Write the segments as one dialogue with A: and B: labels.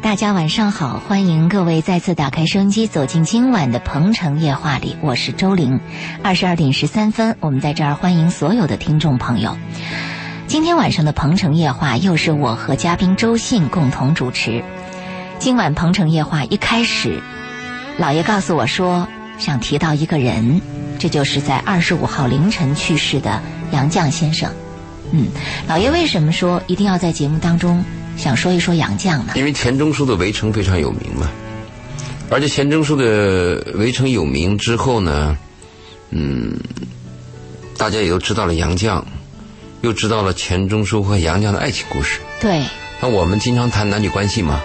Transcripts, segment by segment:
A: 大家晚上好，欢迎各位再次打开收音机，走进今晚的《鹏城夜话》里，我是周玲。二十二点十三分，我们在这儿欢迎所有的听众朋友。今天晚上的《鹏城夜话》又是我和嘉宾周信共同主持。今晚《鹏城夜话》一开始，老爷告诉我说想提到一个人，这就是在二十五号凌晨去世的杨绛先生。嗯，老爷为什么说一定要在节目当中想说一说杨绛呢？
B: 因为钱钟书的《围城》非常有名嘛，而且钱钟书的《围城》有名之后呢，嗯，大家也都知道了杨绛，又知道了钱钟书和杨绛的爱情故事。
A: 对，
B: 那我们经常谈男女关系嘛，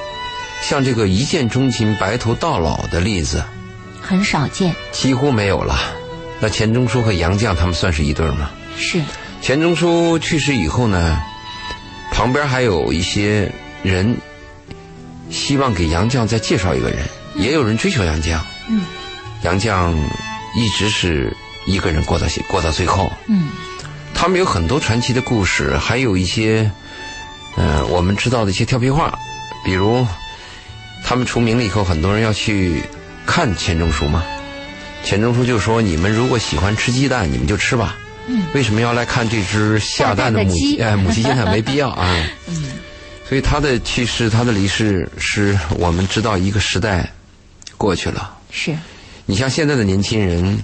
B: 像这个一见钟情、白头到老的例子
A: 很少见，
B: 几乎没有了。那钱钟书和杨绛他们算是一对儿吗？
A: 是
B: 钱钟书去世以后呢，旁边还有一些人希望给杨绛再介绍一个人，也有人追求杨绛。
A: 嗯，
B: 杨绛一直是一个人过到过到最后。
A: 嗯，
B: 他们有很多传奇的故事，还有一些，呃，我们知道的一些跳皮话，比如他们除名了以后，很多人要去看钱钟书嘛。钱钟书就说：“你们如果喜欢吃鸡蛋，你们就吃吧。为什么要来看这只下蛋的母
A: 嗯下蛋的鸡嗯
B: 哎母鸡 现在没必要啊。所以他的去世，他的离世，是我们知道一个时代过去了。
A: 是，
B: 你像现在的年轻人，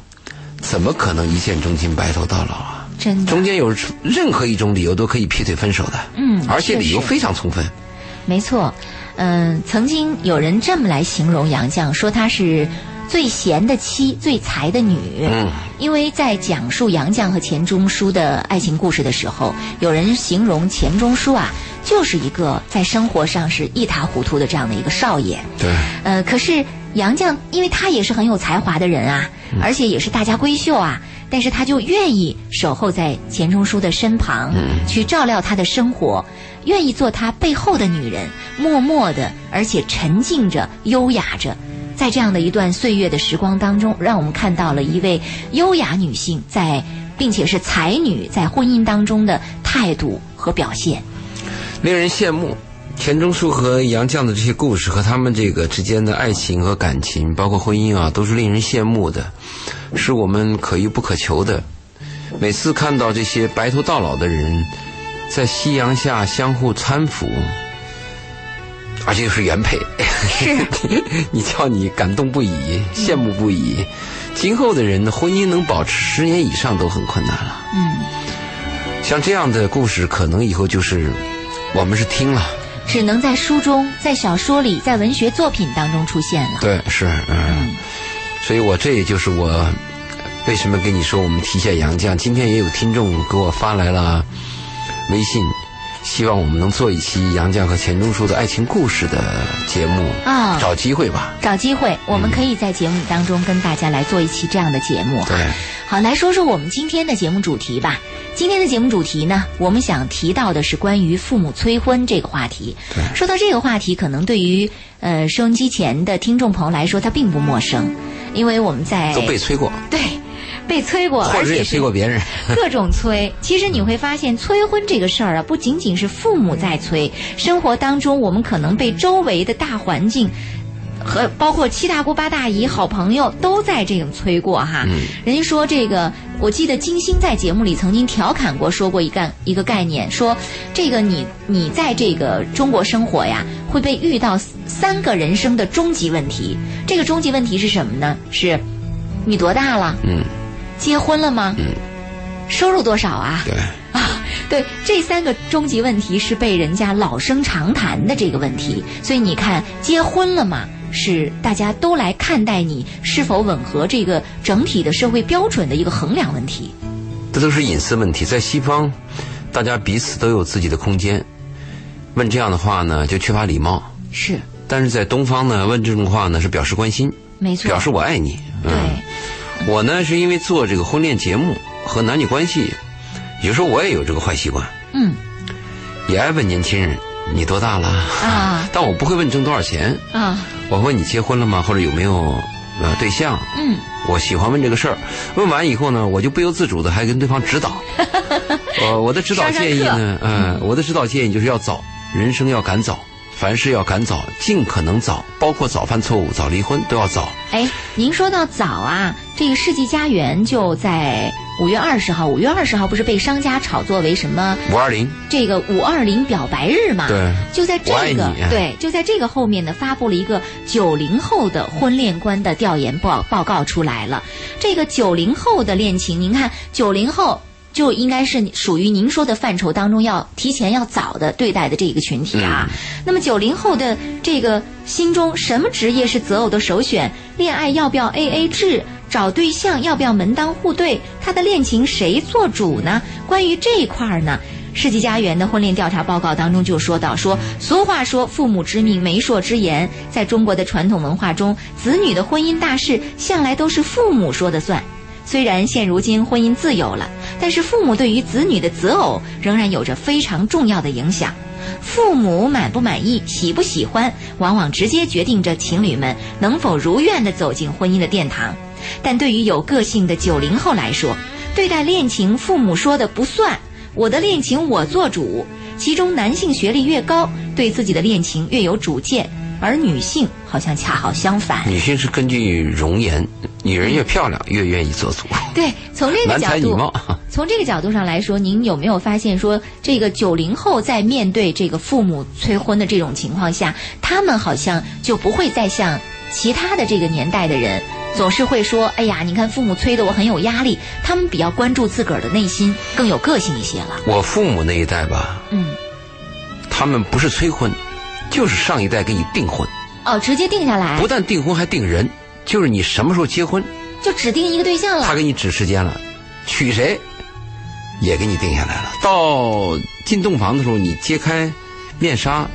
B: 怎么可能一见钟情、白头到老啊？
A: 真的
B: 中间有任何一种理由都可以劈腿分手的，
A: 嗯
B: 而且理由
A: 确实
B: 非常充分。
A: 没错。嗯、曾经有人这么来形容杨绛，说她是最贤的妻，最才的女。
B: 嗯，
A: 因为在讲述杨绛和钱钟书的爱情故事的时候，有人形容钱钟书啊，就是一个在生活上是一塌糊涂的这样的一个少爷。
B: 对，
A: 呃，可是杨绛，因为他也是很有才华的人啊，而且也是大家闺秀啊，但是他就愿意守候在钱钟书的身旁，去照料他的生活，愿意做他背后的女人，默默的，而且沉静着、优雅着。在这样的一段岁月的时光当中，让我们看到了一位优雅女性在，并且是才女在婚姻当中的态度和表现。
B: 令人羡慕。钱钟书和杨绛的这些故事和他们这个之间的爱情和感情，包括婚姻啊，都是令人羡慕的，是我们可遇不可求的。每次看到这些白头到老的人，在夕阳下相互搀扶，而且又是原配，
A: 是
B: 你叫你感动不已，羡慕不已。今后的人呢，婚姻能保持十年以上都很困难了。
A: 嗯。
B: 像这样的故事，可能以后就是我们是听了。
A: 只能在书中、在小说里、在文学作品当中出现 了。
B: 对，是，嗯，所以我这也就是我为什么跟你说我们提一下杨绛。今天也有听众给我发来了微信，希望我们能做一期杨绛和钱钟书的爱情故事的节目
A: 啊
B: 找机会吧。
A: 找机会，我们可以在节目当中跟大家来做一期这样的节目。
B: 嗯对，
A: 好，来说说我们今天的节目主题吧。今天的节目主题呢，我们想提到的是关于父母催婚这个话题。
B: 对
A: 说到这个话题，可能对于呃收音机前的听众朋友来说，它并不陌生，因为我们在
B: 都被催过，
A: 对被催过，
B: 或
A: 而
B: 者
A: 且
B: 也
A: 是
B: 催过别人。
A: 各种催。其实你会发现，催婚这个事儿啊，不仅仅是父母在催，生活当中我们可能被周围的大环境。和包括七大姑八大姨、好朋友都在这种催过哈。人家说这个，我记得金星在节目里曾经调侃过，说过一个一个概念，说这个你你在这个中国生活呀，会被遇到三个人生的终极问题。这个终极问题是什么呢？是你多大了？
B: 嗯，
A: 结婚了吗？
B: 嗯
A: 收入多少啊？
B: 对，
A: 啊，对，这三个终极问题是被人家老生常谈的这个问题，所以你看，结婚了嘛，是大家都来看待你是否吻合这个整体的社会标准的一个衡量问题。
B: 这都是隐私问题。在西方，大家彼此都有自己的空间，问这样的话呢，就缺乏礼貌。
A: 是，
B: 但是在东方呢，问这种话呢是表示关心，
A: 没错，
B: 表示我爱你。嗯
A: 对，
B: 我呢是因为做这个婚恋节目和男女关系，有时候我也有这个坏习惯，
A: 嗯
B: 也爱问年轻人你多大了
A: 啊
B: 但我不会问挣多少钱，
A: 啊
B: 我问你结婚了吗，或者有没有呃对象。
A: 嗯，
B: 我喜欢问这个事儿，问完以后呢，我就不由自主的还跟对方指导。 呃，我的指导
A: 上上
B: 建议呢，嗯、呃，我的指导建议就是要早，人生要赶早。凡事要赶早，尽可能早，包括早犯错误、早离婚都要早。
A: 哎，您说到早啊，这个世纪佳缘就在五月二十号。五月二十号不是被商家炒作为什么
B: 五二零，
A: 这个五二零表白日嘛？
B: 对
A: 就在这
B: 我爱你啊
A: 个对，就在这个后面呢，发布了一个九零后的婚恋观的调研报报告出来了。这个九零后的恋情，您看九零后。就应该是属于您说的范畴当中，要提前要早的对待的这一个群体啊。
B: 嗯
A: 那么九零后的这个心中，什么职业是择偶的首选？恋爱要不要 A A 制？找对象要不要门当户对？他的恋情谁做主呢？关于这一块儿呢，世纪佳缘的婚恋调查报告当中就说到说，俗话说父母之命媒妁之言，在中国的传统文化中，子女的婚姻大事向来都是父母说的算。虽然现如今婚姻自由了，但是父母对于子女的择偶仍然有着非常重要的影响。父母满不满意、喜不喜欢，往往直接决定着情侣们能否如愿地走进婚姻的殿堂。但对于有个性的九零后来说，对待恋情，父母说的不算，我的恋情我做主。其中，男性学历越高，对自己的恋情越有主见，而女性好像恰好相反。
B: 女性是根据容颜，女人越漂亮越愿意做主，
A: 对，从这个
B: 男
A: 角
B: 才女
A: 度，
B: 貌。
A: 从这个角度上来说，您有没有发现说，这个九零后在面对这个父母催婚的这种情况下，他们好像就不会再像其他的这个年代的人，总是会说：“哎呀，你看父母催的我很有压力。”他们比较关注自个儿的内心，更有个性一些了。
B: 我父母那一代吧，
A: 嗯，
B: 他们不是催婚，就是上一代给你订婚，
A: 哦，直接定下来
B: 不但订婚还订人，就是你什么时候结婚，
A: 就指定一个对象
B: 他
A: 了。
B: 给你指时间了，娶谁也给你定下来了。到进洞房的时候，你揭开面纱，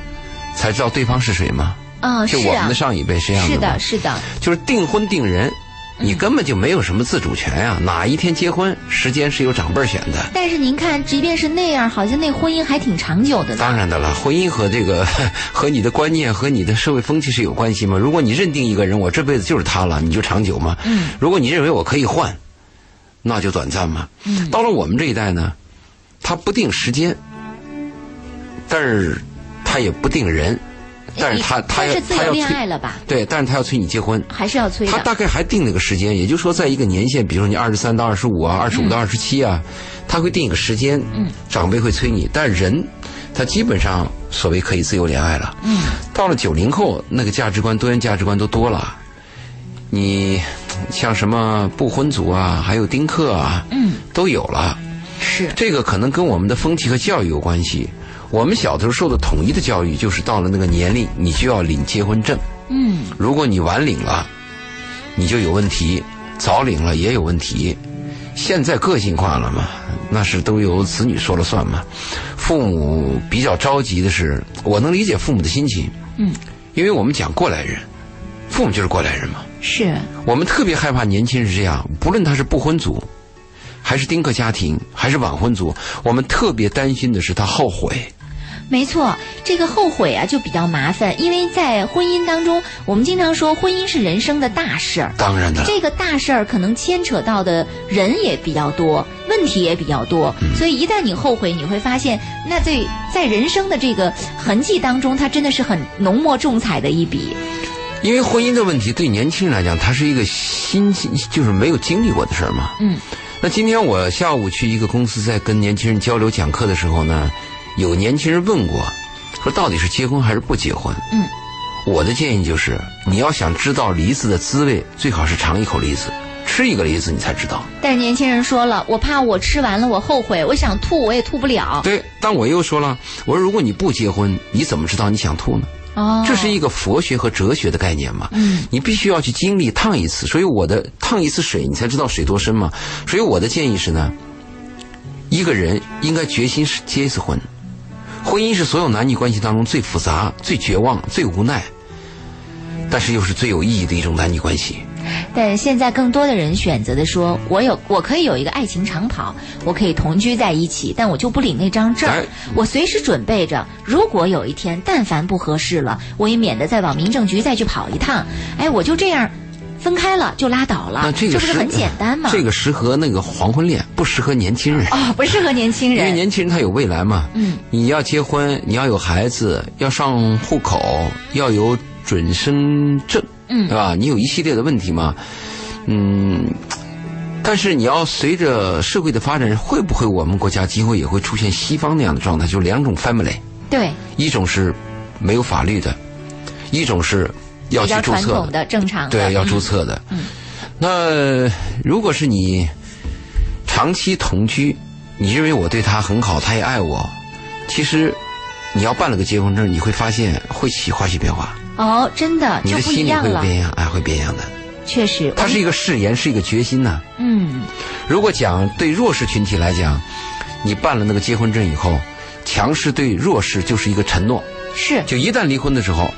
B: 才知道对方是谁吗？
A: 啊、
B: 就是我们
A: 啊
B: 的，上一辈是这样
A: 是
B: 的吗
A: 的，是的，
B: 就是订婚定人，
A: 嗯
B: 你根本就没有什么自主权呀、哪一天结婚，时间是由长辈儿选的。
A: 但是您看，即便是那样，好像那婚姻还挺长久的呢。
B: 当然的了，婚姻和这个 和你的观念和你的社会风气是有关系吗？如果你认定一个人，我这辈子就是他了，你就长久吗？
A: 嗯，
B: 如果你认为我可以换，那就短暂嘛。
A: 嗯
B: 到了我们这一代呢，他不定时间，但是他也不定人，但是他他
A: 但
B: 要
A: 是自
B: 他
A: 由
B: 要
A: 恋
B: 催
A: 爱了吧？
B: 对，但是他要催你结婚，
A: 还是要催
B: 他
A: 的。
B: 大概还定了个时间，也就是说，在一个年限，比如说你二十三到二十五啊，二十五到二十七啊，他会定一个时间，长辈会催你，但人他基本上所谓可以自由恋爱了。嗯，到了九零后，那个价值观、多元价值观都多了，你像什么不婚族啊，还有丁克啊，嗯，都有了。
A: 是，
B: 这个可能跟我们的风气和教育有关系。我们小的时候受的统一的教育，就是到了那个年龄，你就要领结婚证。
A: 嗯。
B: 如果你晚领了，你就有问题；早领了也有问题。现在个性化了嘛，那是都由子女说了算嘛。父母比较着急的是，我能理解父母的心情，
A: 嗯，
B: 因为我们讲过来人，父母就是过来人嘛。
A: 是，
B: 我们特别害怕年轻人是这样，不论他是不婚族，还是丁克家庭，还是晚婚族，我们特别担心的是他后悔。
A: 没错，这个后悔啊就比较麻烦，因为在婚姻当中，我们经常说婚姻是人生的大事儿，
B: 当然的，
A: 这个大事儿可能牵扯到的人也比较多，问题也比较多，所以一旦你后悔，你会发现，那对在人生的这个痕迹当中，它真的是很浓墨重彩的一笔。
B: 因为婚姻的问题对年轻人来讲，它是一个新，就是没有经历过的事儿嘛。
A: 嗯。
B: 那今天我下午去一个公司，在跟年轻人交流讲课的时候呢，有年轻人问过，说到底是结婚还是不结婚？
A: 嗯。
B: 我的建议就是，你要想知道梨子的滋味，最好是尝一口梨子，吃一个梨子，你才知道。
A: 但是年轻人说了，我怕我吃完了我后悔，我想吐我也吐不了。
B: 对，但我又说了，我说如果你不结婚，你怎么知道你想吐呢？
A: 哦，
B: 这是一个佛学和哲学的概念嘛。嗯，你必须要去经历烫一次，所以我的烫一次水，你才知道水多深嘛。所以我的建议是呢，一个人应该决心是结一次婚。婚姻是所有男女关系当中最复杂、最绝望、最无奈，但是又是最有意义的一种男女关系。
A: 但现在更多的人选择的说，我有我可以有一个爱情长跑，我可以同居在一起，但我就不领那张证儿
B: 哎，
A: 我随时准备着，如果有一天但凡不合适了，我也免得再往民政局再去跑一趟。哎，我就这样。分开了就拉倒了，
B: 那这个
A: 不是
B: 适
A: 很简单吗？
B: 这个适合那个黄昏恋，不适合年轻人。
A: 哦，不适合年轻
B: 因为
A: 人。
B: 年轻人他有未来嘛，
A: 嗯，
B: 你要结婚，你要有孩子，要上户口，要有准生证，
A: 嗯
B: 对吧？你有一系列的问题嘛，嗯，但是你要随着社会的发展，会不会我们国家今后也会出现西方那样的状态？就两种 family，
A: 对，
B: 一种是没有法律的，一种是要
A: 比
B: 去
A: 较
B: 注
A: 传
B: 册
A: 统的、正常的，
B: 对，要注
A: 嗯
B: 册的。那如果是你长期同居，你认为我对他很好，他也爱我，其实你要办了个结婚证，你会发现会起化学变化，
A: 哦，真的
B: 你
A: 就
B: 的
A: 不一
B: 心里
A: 样
B: 会有
A: 了，
B: 变样，哎，会变样的。
A: 确实，
B: 它是一个誓言，是一个决心呐、
A: 嗯，
B: 如果讲对弱势群体来讲，你办了那个结婚证以后，强势对弱势就是一个承诺，
A: 是，
B: 就一旦离婚的时候，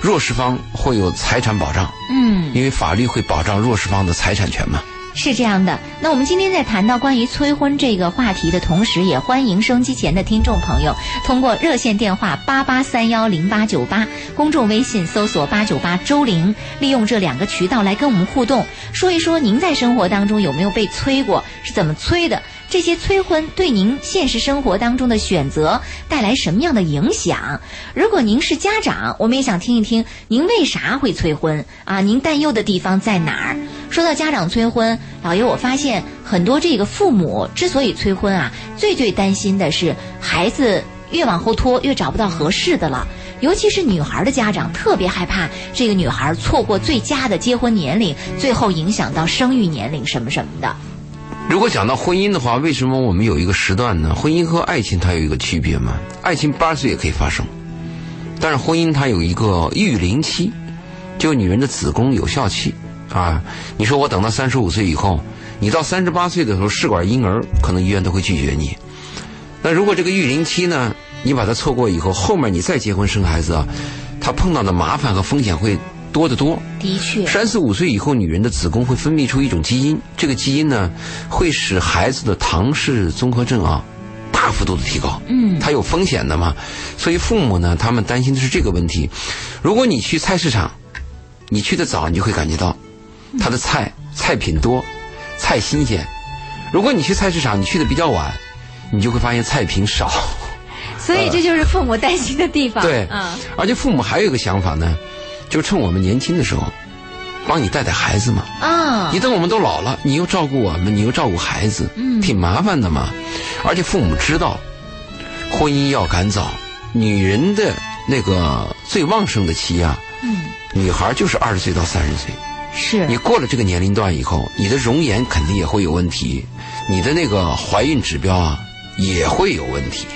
B: 弱势方会有财产保障，
A: 嗯，
B: 因为法律会保障弱势方的财产权嘛。
A: 是这样的。那我们今天在谈到关于催婚这个话题的同时，也欢迎收音机前的听众朋友通过热线电话八八三幺零八九八，公众微信搜索八九八周玲，利用这两个渠道来跟我们互动，说一说您在生活当中有没有被催过，是怎么催的。这些催婚对您现实生活当中的选择带来什么样的影响？如果您是家长，我们也想听一听您为啥会催婚啊？您担忧的地方在哪儿？说到家长催婚，老爷，我发现很多这个父母之所以催婚啊，最最担心的是孩子越往后拖越找不到合适的了。尤其是女孩的家长特别害怕这个女孩错过最佳的结婚年龄，最后影响到生育年龄什么什么的。
B: 如果讲到婚姻的话，为什么我们有一个时段呢？婚姻和爱情它有一个区别嘛？爱情八岁也可以发生，但是婚姻它有一个育龄期，就女人的子宫有效期啊。你说我等到三十五岁以后，你到三十八岁的时候试管婴儿，可能医院都会拒绝你。那如果这个育龄期呢，你把它错过以后，后面你再结婚生孩子啊，她碰到的麻烦和风险会多得多。
A: 的确，
B: 三十五岁以后，女人的子宫会分泌出一种基因，这个基因呢，会使孩子的唐氏综合症啊，大幅度的提高。
A: 嗯
B: 它有风险的嘛，所以父母呢，他们担心的是这个问题。如果你去菜市场，你去的早，你就会感觉到，
A: 嗯
B: 它的菜菜品多，菜新鲜；如果你去菜市场，你去的比较晚，你就会发现菜品少。
A: 所以这就是父母担心的地方。
B: 对
A: 嗯，
B: 而且父母还有一个想法呢，就趁我们年轻的时候，帮你带带孩子嘛。
A: 啊
B: 你，等我们都老了，你又照顾我们，你又照顾孩子，
A: 嗯
B: 挺麻烦的嘛。而且父母知道，婚姻要赶早，女人的那个最旺盛的期啊，
A: 嗯，
B: 女孩就是二十岁到三十岁。
A: 是
B: 你过了这个年龄段以后，你的容颜肯定也会有问题，你的那个怀孕指标啊也会有问题。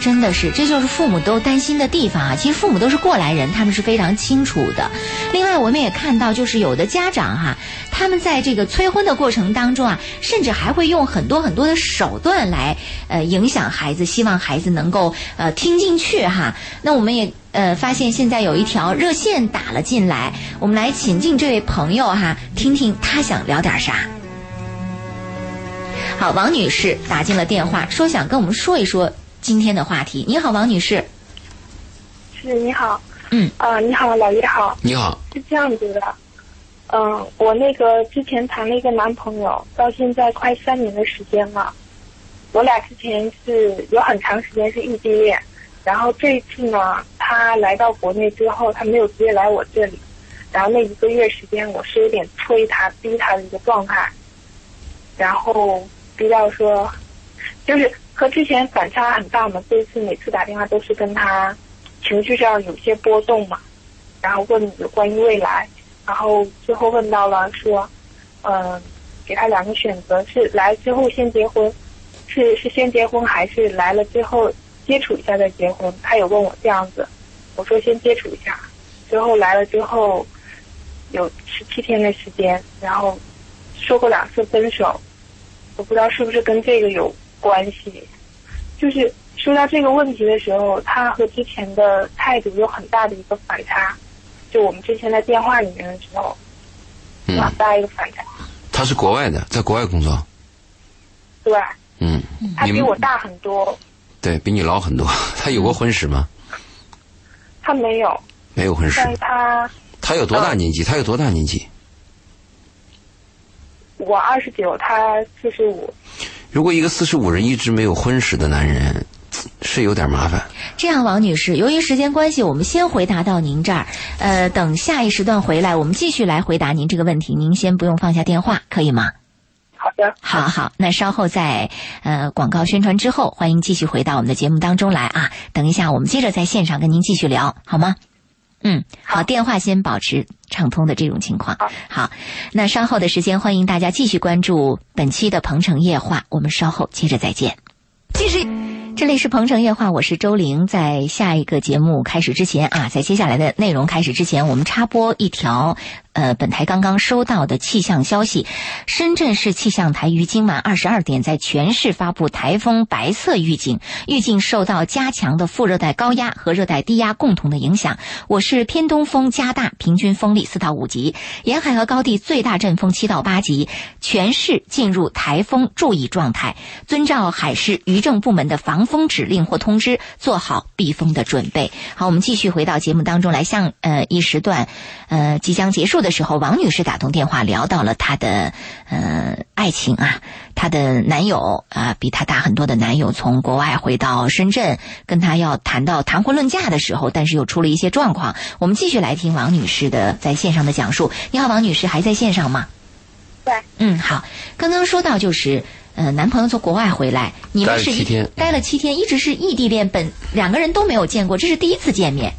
A: 真的是，这就是父母都担心的地方啊。其实父母都是过来人，他们是非常清楚的。另外，我们也看到，就是有的家长哈、他们在这个催婚的过程当中啊，甚至还会用很多很多的手段来呃影响孩子，希望孩子能够呃听进去哈、那我们也呃发现现在有一条热线打了进来，我们来请进这位朋友哈、听听他想聊点啥。好，王女士打进了电话，说想跟我们说一说今天的话题。你好，王女士。
C: 是你好，
A: 嗯，
C: 呃，你好，老爷好，
B: 你好，
C: 是这样子的，嗯、我那个之前谈了一个男朋友，到现在快三年的时间了，我俩之前是有很长时间是异地恋，然后这一次呢，他来到国内之后，他没有直接来我这里，然后那一个月时间，我是有点催他、逼他的一个状态，然后比较说，就是和之前反差很大嘛，这一次每次打电话都是跟他情绪上有些波动嘛，然后问有关于未来，然后最后问到了说，嗯、给他两个选择是来之后先结婚，是是先结婚还是来了之后接触一下再结婚？他有问我这样子，我说先接触一下，最后来了之后有十七天的时间，然后说过两次分手，我不知道是不是跟这个有关系。就是说到这个问题的时候，他和之前的态度有很大的一个反差。就我们之前在电话里面的时候，有
B: 嗯，
C: 很大一个反差。
B: 他是国外的，在国外工作，
C: 对，
B: 嗯，
C: 他
B: 你
C: 比
B: 们
C: 我大很多，
B: 对比你老很多。他有过婚史吗？
C: 他没有，
B: 没有婚史
C: 但。是他
B: 他有多大
C: 嗯
B: 年纪？他有多大年纪？
C: 我二十九，他四十五。
B: 如果一个四十五人一直没有婚史的男人，是有点麻烦。
A: 这样，王女士，由于时间关系，我们先回答到您这儿。呃，等下一时段回来，我们继续来回答您这个问题。您先不用放下电话，可以吗？
C: 好的，
A: 好好，那稍后在呃广告宣传之后，欢迎继续回到我们的节目当中来啊。等一下，我们接着在线上跟您继续聊，好吗？嗯，好，
C: 好
A: 电话先保持畅通的这种情况
C: 好。
A: 好，那稍后的时间，欢迎大家继续关注本期的《鹏城夜话》，我们稍后接着再见。继续，这里是《鹏城夜话》，我是周玲。在下一个节目开始之前啊，在接下来的内容开始之前，我们插播一条，呃，本台刚刚收到的气象消息：深圳市气象台于今晚二十二点在全市发布台风白色预警，预警受到加强的副热带高压和热带低压共同的影响。我市偏东风加大，平均风力四到五级，沿海和高地最大阵风七到八级，全市进入台风注意状态。遵照海事渔政部门的防风指令或通知，做好避风的准备。好，我们继续回到节目当中来，向呃一时段，呃即将结束的时候，王女士打通电话聊到了她的呃爱情啊，她的男友啊、比她大很多的男友从国外回到深圳，跟她要谈到谈婚论嫁的时候，但是又出了一些状况。我们继续来听王女士的在线上的讲述。你好，王女士，还在线上吗？
C: 对，
A: 嗯，好。刚刚说到就是，呃，男朋友从国外回来，你们是
B: 待了七天
A: 待了七天，一直是异地恋，本两个人都没有见过，这是第一次见面。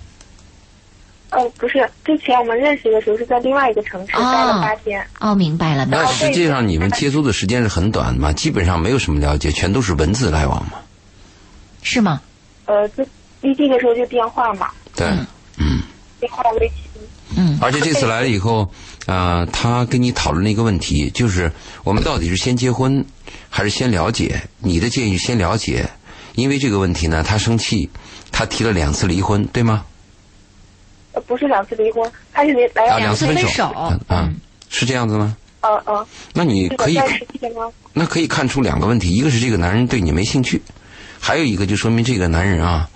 C: 呃，不是，之前我们认识的时候是在另外一个城市
A: 哦
C: 待了八天，
A: 哦，明白了，
B: 那
A: 那
B: 实际上你们接触的时间是很短的嘛，基本上没有什么了解，全都是文字来往嘛。
A: 是吗？
C: 呃，就异地的时候就电话嘛，
B: 对，嗯。
C: 电话微信。
A: 嗯，
B: 而且这次来了以后，呃，他跟你讨论了一个问题，就是我们到底是先结婚还是先了解？你的建议是先了解，因为这个问题呢，他生气，他提了两次离婚，对吗？
C: 呃，不是两次离婚，他是来来
B: 啊，
A: 两
B: 两
A: 次
B: 次分
A: 分手
B: 啊、嗯，是这样子吗？
C: 呃呃，
B: 那你
C: 这
B: 可
C: 个
B: 以
C: 在实际上，
B: 那可以看出两个问题，一个是这个男人对你没兴趣，还有一个就说明这个男人啊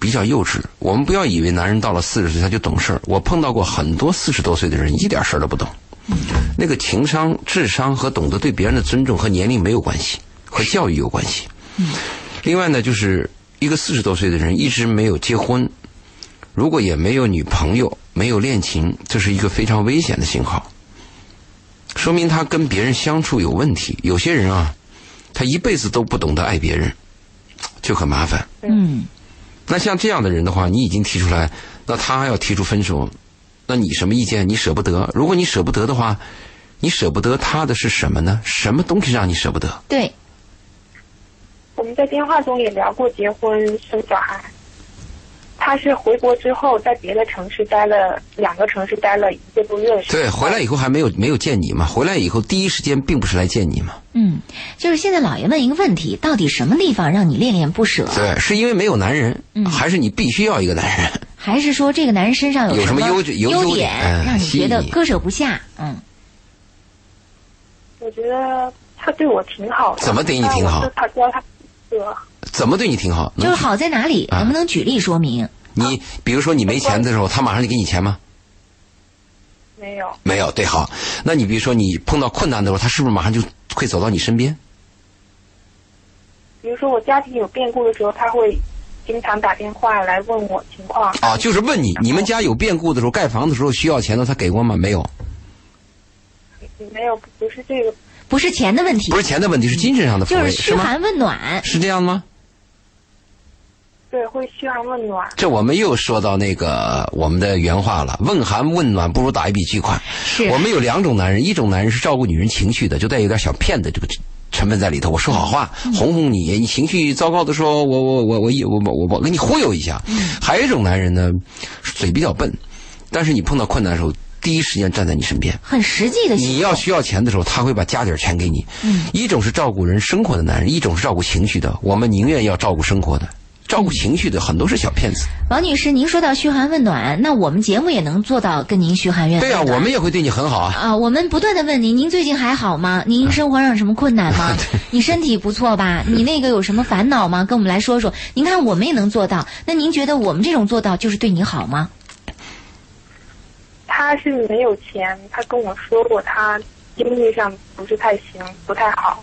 B: 比较幼稚。我们不要以为男人到了四十岁他就懂事儿，我碰到过很多四十多岁的人一点事儿都不懂。那个情商、智商和懂得对别人的尊重和年龄没有关系，和教育有关系。另外呢，就是一个四十多岁的人一直没有结婚，如果也没有女朋友、没有恋情，这是一个非常危险的信号。说明他跟别人相处有问题。有些人啊，他一辈子都不懂得爱别人，就很麻烦。
A: 嗯，
B: 那像这样的人的话，你已经提出来，那他要提出分手，那你什么意见？你舍不得？如果你舍不得的话，你舍不得他的是什么呢？什么东西让你舍不得？
A: 对，
C: 我们在电话中也聊过结婚生小孩。他是回国之后，在别的城市待了两个城市待了一个多月的时间。
B: 对，回来以后还没有没有见你嘛？回来以后第一时间并不是来见你嘛？
A: 嗯，就是现在老爷问一个问题，到底什么地方让你恋恋不舍？
B: 对，是因为没有男人，
A: 嗯
B: 还是你必须要一个男人？
A: 还是说这个男人身上
B: 有
A: 什
B: 什么
A: 优
B: 优有优
A: 点
B: 点嗯
A: 让你觉得
B: 吸引你
A: 割舍不下？嗯，
C: 我觉得他对我挺好的。
B: 怎么对你挺好
C: 但我对他知道他不舍
B: 怎么对你挺好？
A: 就
B: 能啊
A: 是好在哪里？能不能举例说明？
B: 你比如说你没钱的时候，他马上就给你钱吗？
C: 没有，
B: 没有，对，好。那你比如说你碰到困难的时候，他是不是马上就会走到你身边？
C: 比如说我家庭有变故的时候，他会经常打电话来问我情况。
B: 啊，就是问你，你们家有变故的时候，盖房的时候需要钱的，他给过吗？没有，
C: 没有，不是这个，
A: 不是钱的问题
B: 不，是钱的问题，是精神上的抚
A: 就是
B: 慰，
A: 嘘
B: 是吗？
A: 寒问暖。
B: 是这样吗？
C: 对，会嘘寒问暖。
B: 这我们又说到那个我们的原话了，问寒问暖不如打一笔巨款。
A: 是
B: 我们有两种男人，一种男人是照顾女人情绪的，就带有点小骗的这个成分在里头。我说好话，哄哄你，你情绪糟糕的时候，我我我我一我我我我给你忽悠一下。还有一种男人呢，嘴比较笨，但是你碰到困难的时候，第一时间站在你身边。
A: 很实际的行动，
B: 你要需要钱的时候，他会把家底儿钱给你。一种是照顾人生活的男人，一种是照顾情绪的。我们宁愿要照顾生活的，照顾情绪的很多是小骗子。
A: 王女士，您说到嘘寒问暖，那我们节目也能做到跟您嘘寒问暖。
B: 对呀、我们也会对你很好啊。
A: 啊，我们不断的问您，您最近还好吗？您生活上有什么困难 吗？你身体不错吧？你那个有什么烦恼吗？跟我们来说说。您看我们也能做到，那您觉得我们这种做到就是对你好吗？
C: 他是没有钱，他跟我说过他经济上不是太行，不太好。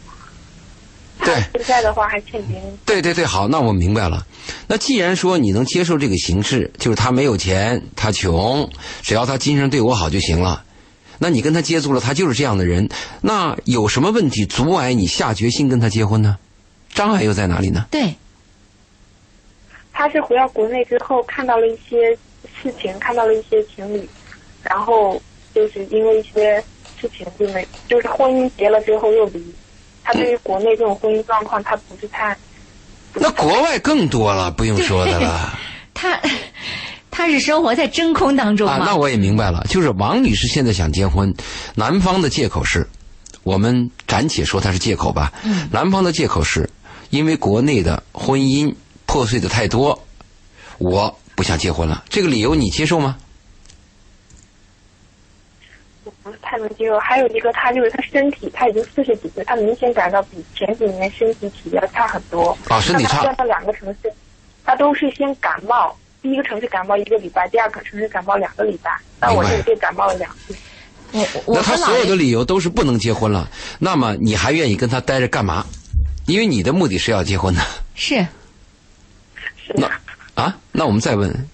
B: 对
C: 现在的话还欠别人。
B: 对对对，好，那我明白了。那既然说你能接受这个形式，就是他没有钱，他穷，只要他精神对我好就行了。那你跟他接触了，他就是这样的人，那有什么问题阻碍你下决心跟他结婚呢？障碍又在哪里呢？
A: 对，
C: 他是回到国内之后看到了一些事情，看到了一些情侣，然后就是因为一些事情就没，就是婚姻结了之后又离。他对于国内这种婚姻状况，他不是太
B: 那国外更多了，不用说的了。
A: 他他是生活在真空当中
B: 啊，
A: 嘛？
B: 那我也明白了，就是王女士现在想结婚，男方的借口是，我们暂且说他是借口吧。
A: 嗯
B: 男方的借口是，因为国内的婚姻破碎的太多，我不想结婚了。这个理由你接受吗？
C: 不是太能接受。还有一个，他就是他身体，他已经四十几岁，他明显感到比前几年身体体要差很多。
B: 啊，身体
C: 他
B: 差
C: 转到两个城市，他都是先感冒，第一个城市感冒一个礼拜，第二个城市感冒两个礼拜。那我这里就感冒了两次。
A: 我我
B: 那
A: 我
B: 他
A: 跟老
B: 所有的
A: 人
B: 理由都是不能结婚了，那么你还愿意跟他待着干嘛？因为你的目的是要结婚的
A: 是
C: 是
B: 那
C: 的，
B: 啊。那我们再问，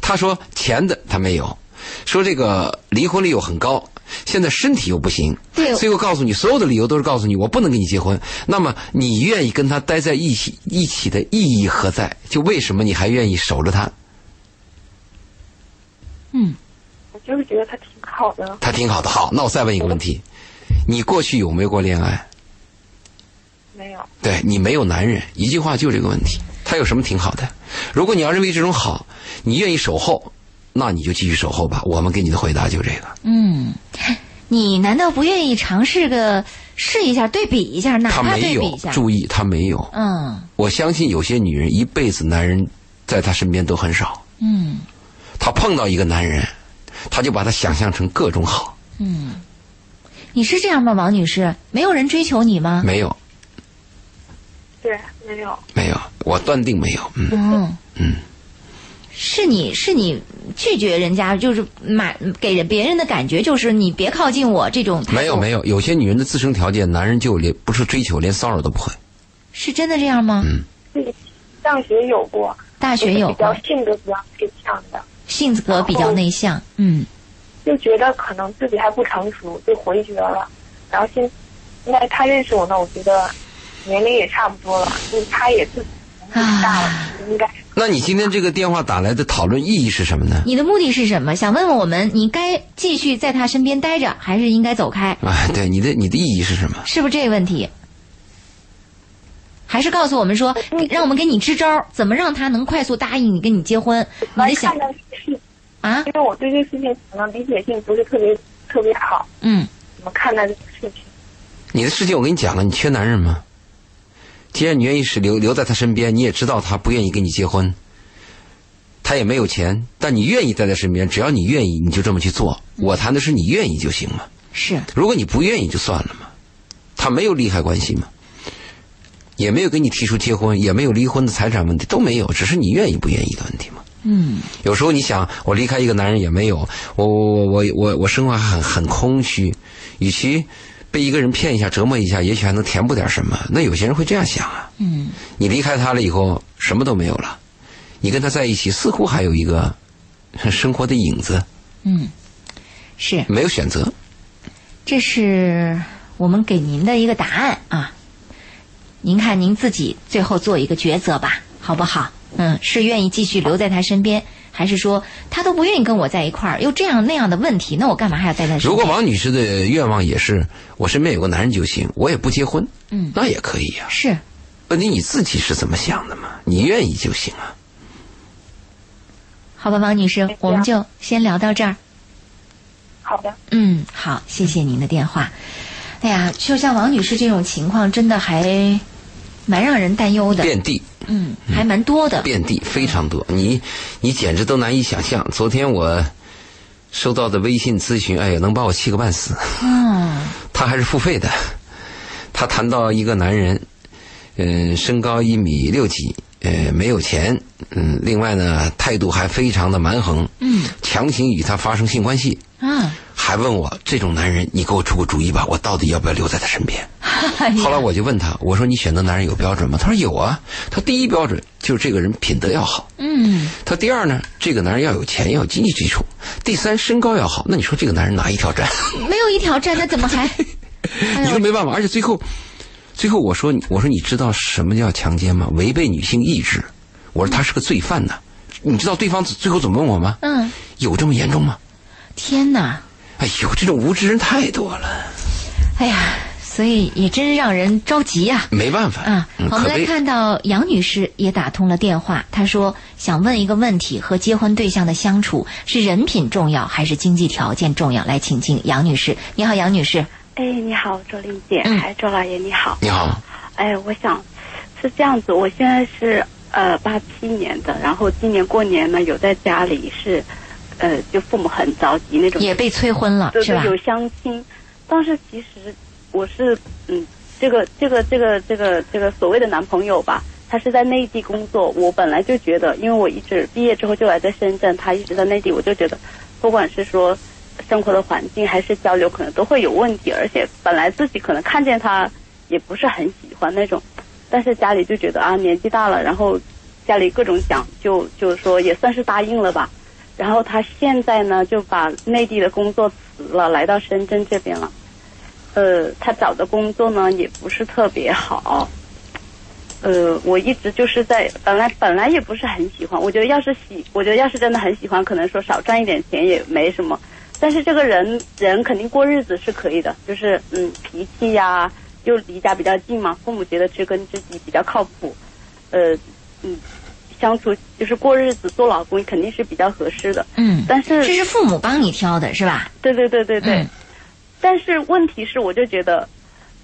B: 他说钱的他没有，说这个离婚率又很高，现在身体又不行，
A: 对
B: 最后告诉你所有的理由都是告诉你我不能跟你结婚。那么你愿意跟他待在一起一起的意义何在？就为什么你还愿意守着他？
A: 嗯，
C: 我就是觉得他挺好的，
B: 他挺好的。好，那我再问一个问题，你过去有没有过恋爱？
C: 没有。
B: 对你没有男人，一句话就这个问题，他有什么挺好的？如果你要认为这种好，你愿意守候，那你就继续守候吧。我们给你的回答就这个。
A: 嗯，你难道不愿意尝试个试一下对比一下，哪
B: 他
A: 怕
B: 没
A: 对比
B: 有
A: 一下？
B: 注意，他没有。
A: 嗯
B: 我相信有些女人一辈子男人在她身边都很少，
A: 嗯
B: 她碰到一个男人，她就把他想象成各种好，
A: 嗯，你是这样吗，王女士？没有人追求你吗？
B: 没有，
C: 对，没有。
B: 没有，我断定没有。嗯，
A: 嗯
B: 嗯，
A: 是你是你拒绝人家，就是买给人别人的感觉就是你别靠近我这种态度，
B: 没有，没有。有些女人的自身条件，男人就连不是追求，连骚扰都不会。
A: 是真的这样吗？
B: 嗯
C: 自己上学有过，
A: 大学有
C: 比较
A: 过，
C: 性格比较内向的，
A: 性格比较内向，嗯
C: 就觉得可能自己还不成熟，就回绝了。然后现在他认识我呢，我觉得年龄也差不多了，就是他也自己年纪大了，
A: 啊
C: 应该
B: 那你今天这个电话打来的讨论意义是什么呢？
A: 你的目的是什么？想问问我们，你该继续在他身边待着，还是应该走开？
B: 哎，对，你的你的意义是什么？
A: 是不是这个问题？还是告诉我们说，
C: 嗯
A: 让我们给你支招儿，怎么让他能快速答应你跟你结婚？你
C: 来
A: 的想
C: 看到是
A: 啊
C: 因，为我对这个事情可能理解性不是特别特别好，
A: 嗯，
C: 怎么看待这个事情？
B: 你的事情我跟你讲了，你缺男人吗？既然你愿意是留留在他身边，你也知道他不愿意跟你结婚，他也没有钱，但你愿意待在身边，只要你愿意，你就这么去做。我谈的是你愿意就行嘛，
A: 是，
B: 如果你不愿意就算了嘛，他没有利害关系嘛，也没有跟你提出结婚，也没有离婚的财产问题都没有，只是你愿意不愿意的问题嘛。
A: 嗯
B: 有时候你想，我离开一个男人也没有，我我我我我我生活还很很空虚，与其被一个人骗一下、折磨一下，也许还能填补点什么。那有些人会这样想啊，
A: 嗯，
B: 你离开他了以后，什么都没有了，你跟他在一起似乎还有一个呵生活的影子，
A: 嗯，是，
B: 没有选择。
A: 这是我们给您的一个答案啊。您看您自己最后做一个抉择吧，好不好？嗯，是愿意继续留在他身边，还是说他都不愿意跟我在一块儿，又这样那样的问题，那我干嘛还要在他身边？
B: 如果王女士的愿望也是我身边有个男人就行，我也不结婚，
A: 嗯
B: 那也可以呀、
A: 是
B: 问题你自己是怎么想的嘛？你愿意就行啊。
A: 好吧，王女士，我们就先聊到这儿。
C: 好的，
A: 嗯，好，谢谢您的电话。哎呀，就像王女士这种情况，真的还蛮让人担忧的。
B: 遍地
A: 嗯，还蛮多的。
B: 遍地非常多，
A: 嗯
B: 你你简直都难以想象。昨天我收到的微信咨询，哎呀，能把我气个半死。
A: 嗯
B: 他还是付费的，他谈到一个男人，嗯、身高一米六几，呃，没有钱，嗯，另外呢，态度还非常的蛮横，
A: 嗯
B: 强行与他发生性关系，
A: 啊，
B: 还问我这种男人，你给我出个主意吧，我到底要不要留在他身边？
A: 嗯
B: 后来我就问他，我说你选择男人有标准吗？他说有啊，他第一标准就是这个人品德要好，
A: 嗯，
B: 他第二呢，这个男人要有钱，要有经济基础，第三身高要好。那你说这个男人哪一条站？
A: 没有一条站，那怎么还？哎
B: 你都没办法。而且最后，最后我说你，我说你知道什么叫强奸吗？违背女性意志。我说他是个罪犯呢。你知道对方最后怎么问我吗？
A: 嗯，
B: 有这么严重吗？
A: 天哪！
B: 哎呦，这种无知人太多了，
A: 哎呀，所以也真让人着急呀、
B: 没办法
A: 啊，
B: 嗯
A: 好我
B: 可
A: 们来
B: 悲。
A: 看到杨女士也打通了电话，她说想问一个问题：和结婚对象的相处是人品重要还是经济条件重要？来，请进杨女士。你好，杨女士。
D: 哎，你好，周丽姐，
A: 嗯
D: 哎，周老爷你好。
B: 你好，
D: 哎，我想是这样子，我现在是呃八七年的，然后今年过年呢，有在家里是，呃，就父母很着急那种，
A: 也被催婚了
D: 对
A: 是
D: 对
A: 吧，？
D: 有相亲。但是其实我是嗯，这个这个这个这个这个所谓的男朋友吧，他是在内地工作。我本来就觉得，因为我一直毕业之后就来在深圳，他一直在内地，我就觉得，不管是说生活的环境还是交流，可能都会有问题。而且本来自己可能看见他也不是很喜欢那种，但是家里就觉得啊年纪大了，然后家里各种讲就就是说也算是答应了吧。然后他现在呢就把内地的工作辞了，来到深圳这边了。呃，他找的工作呢也不是特别好。呃，我一直就是在本来本来也不是很喜欢，我觉得要是喜，我觉得要是真的很喜欢，可能说少赚一点钱也没什么。但是这个人人肯定过日子是可以的，就是嗯脾气呀、又离家比较近嘛，父母觉得知根知底比较靠谱。呃，嗯，相处就是过日子做老公肯定是比较合适的。
A: 嗯，
D: 但是
A: 这是父母帮你挑的是吧？
D: 对对对对对。
A: 嗯
D: 但是问题是，我就觉得，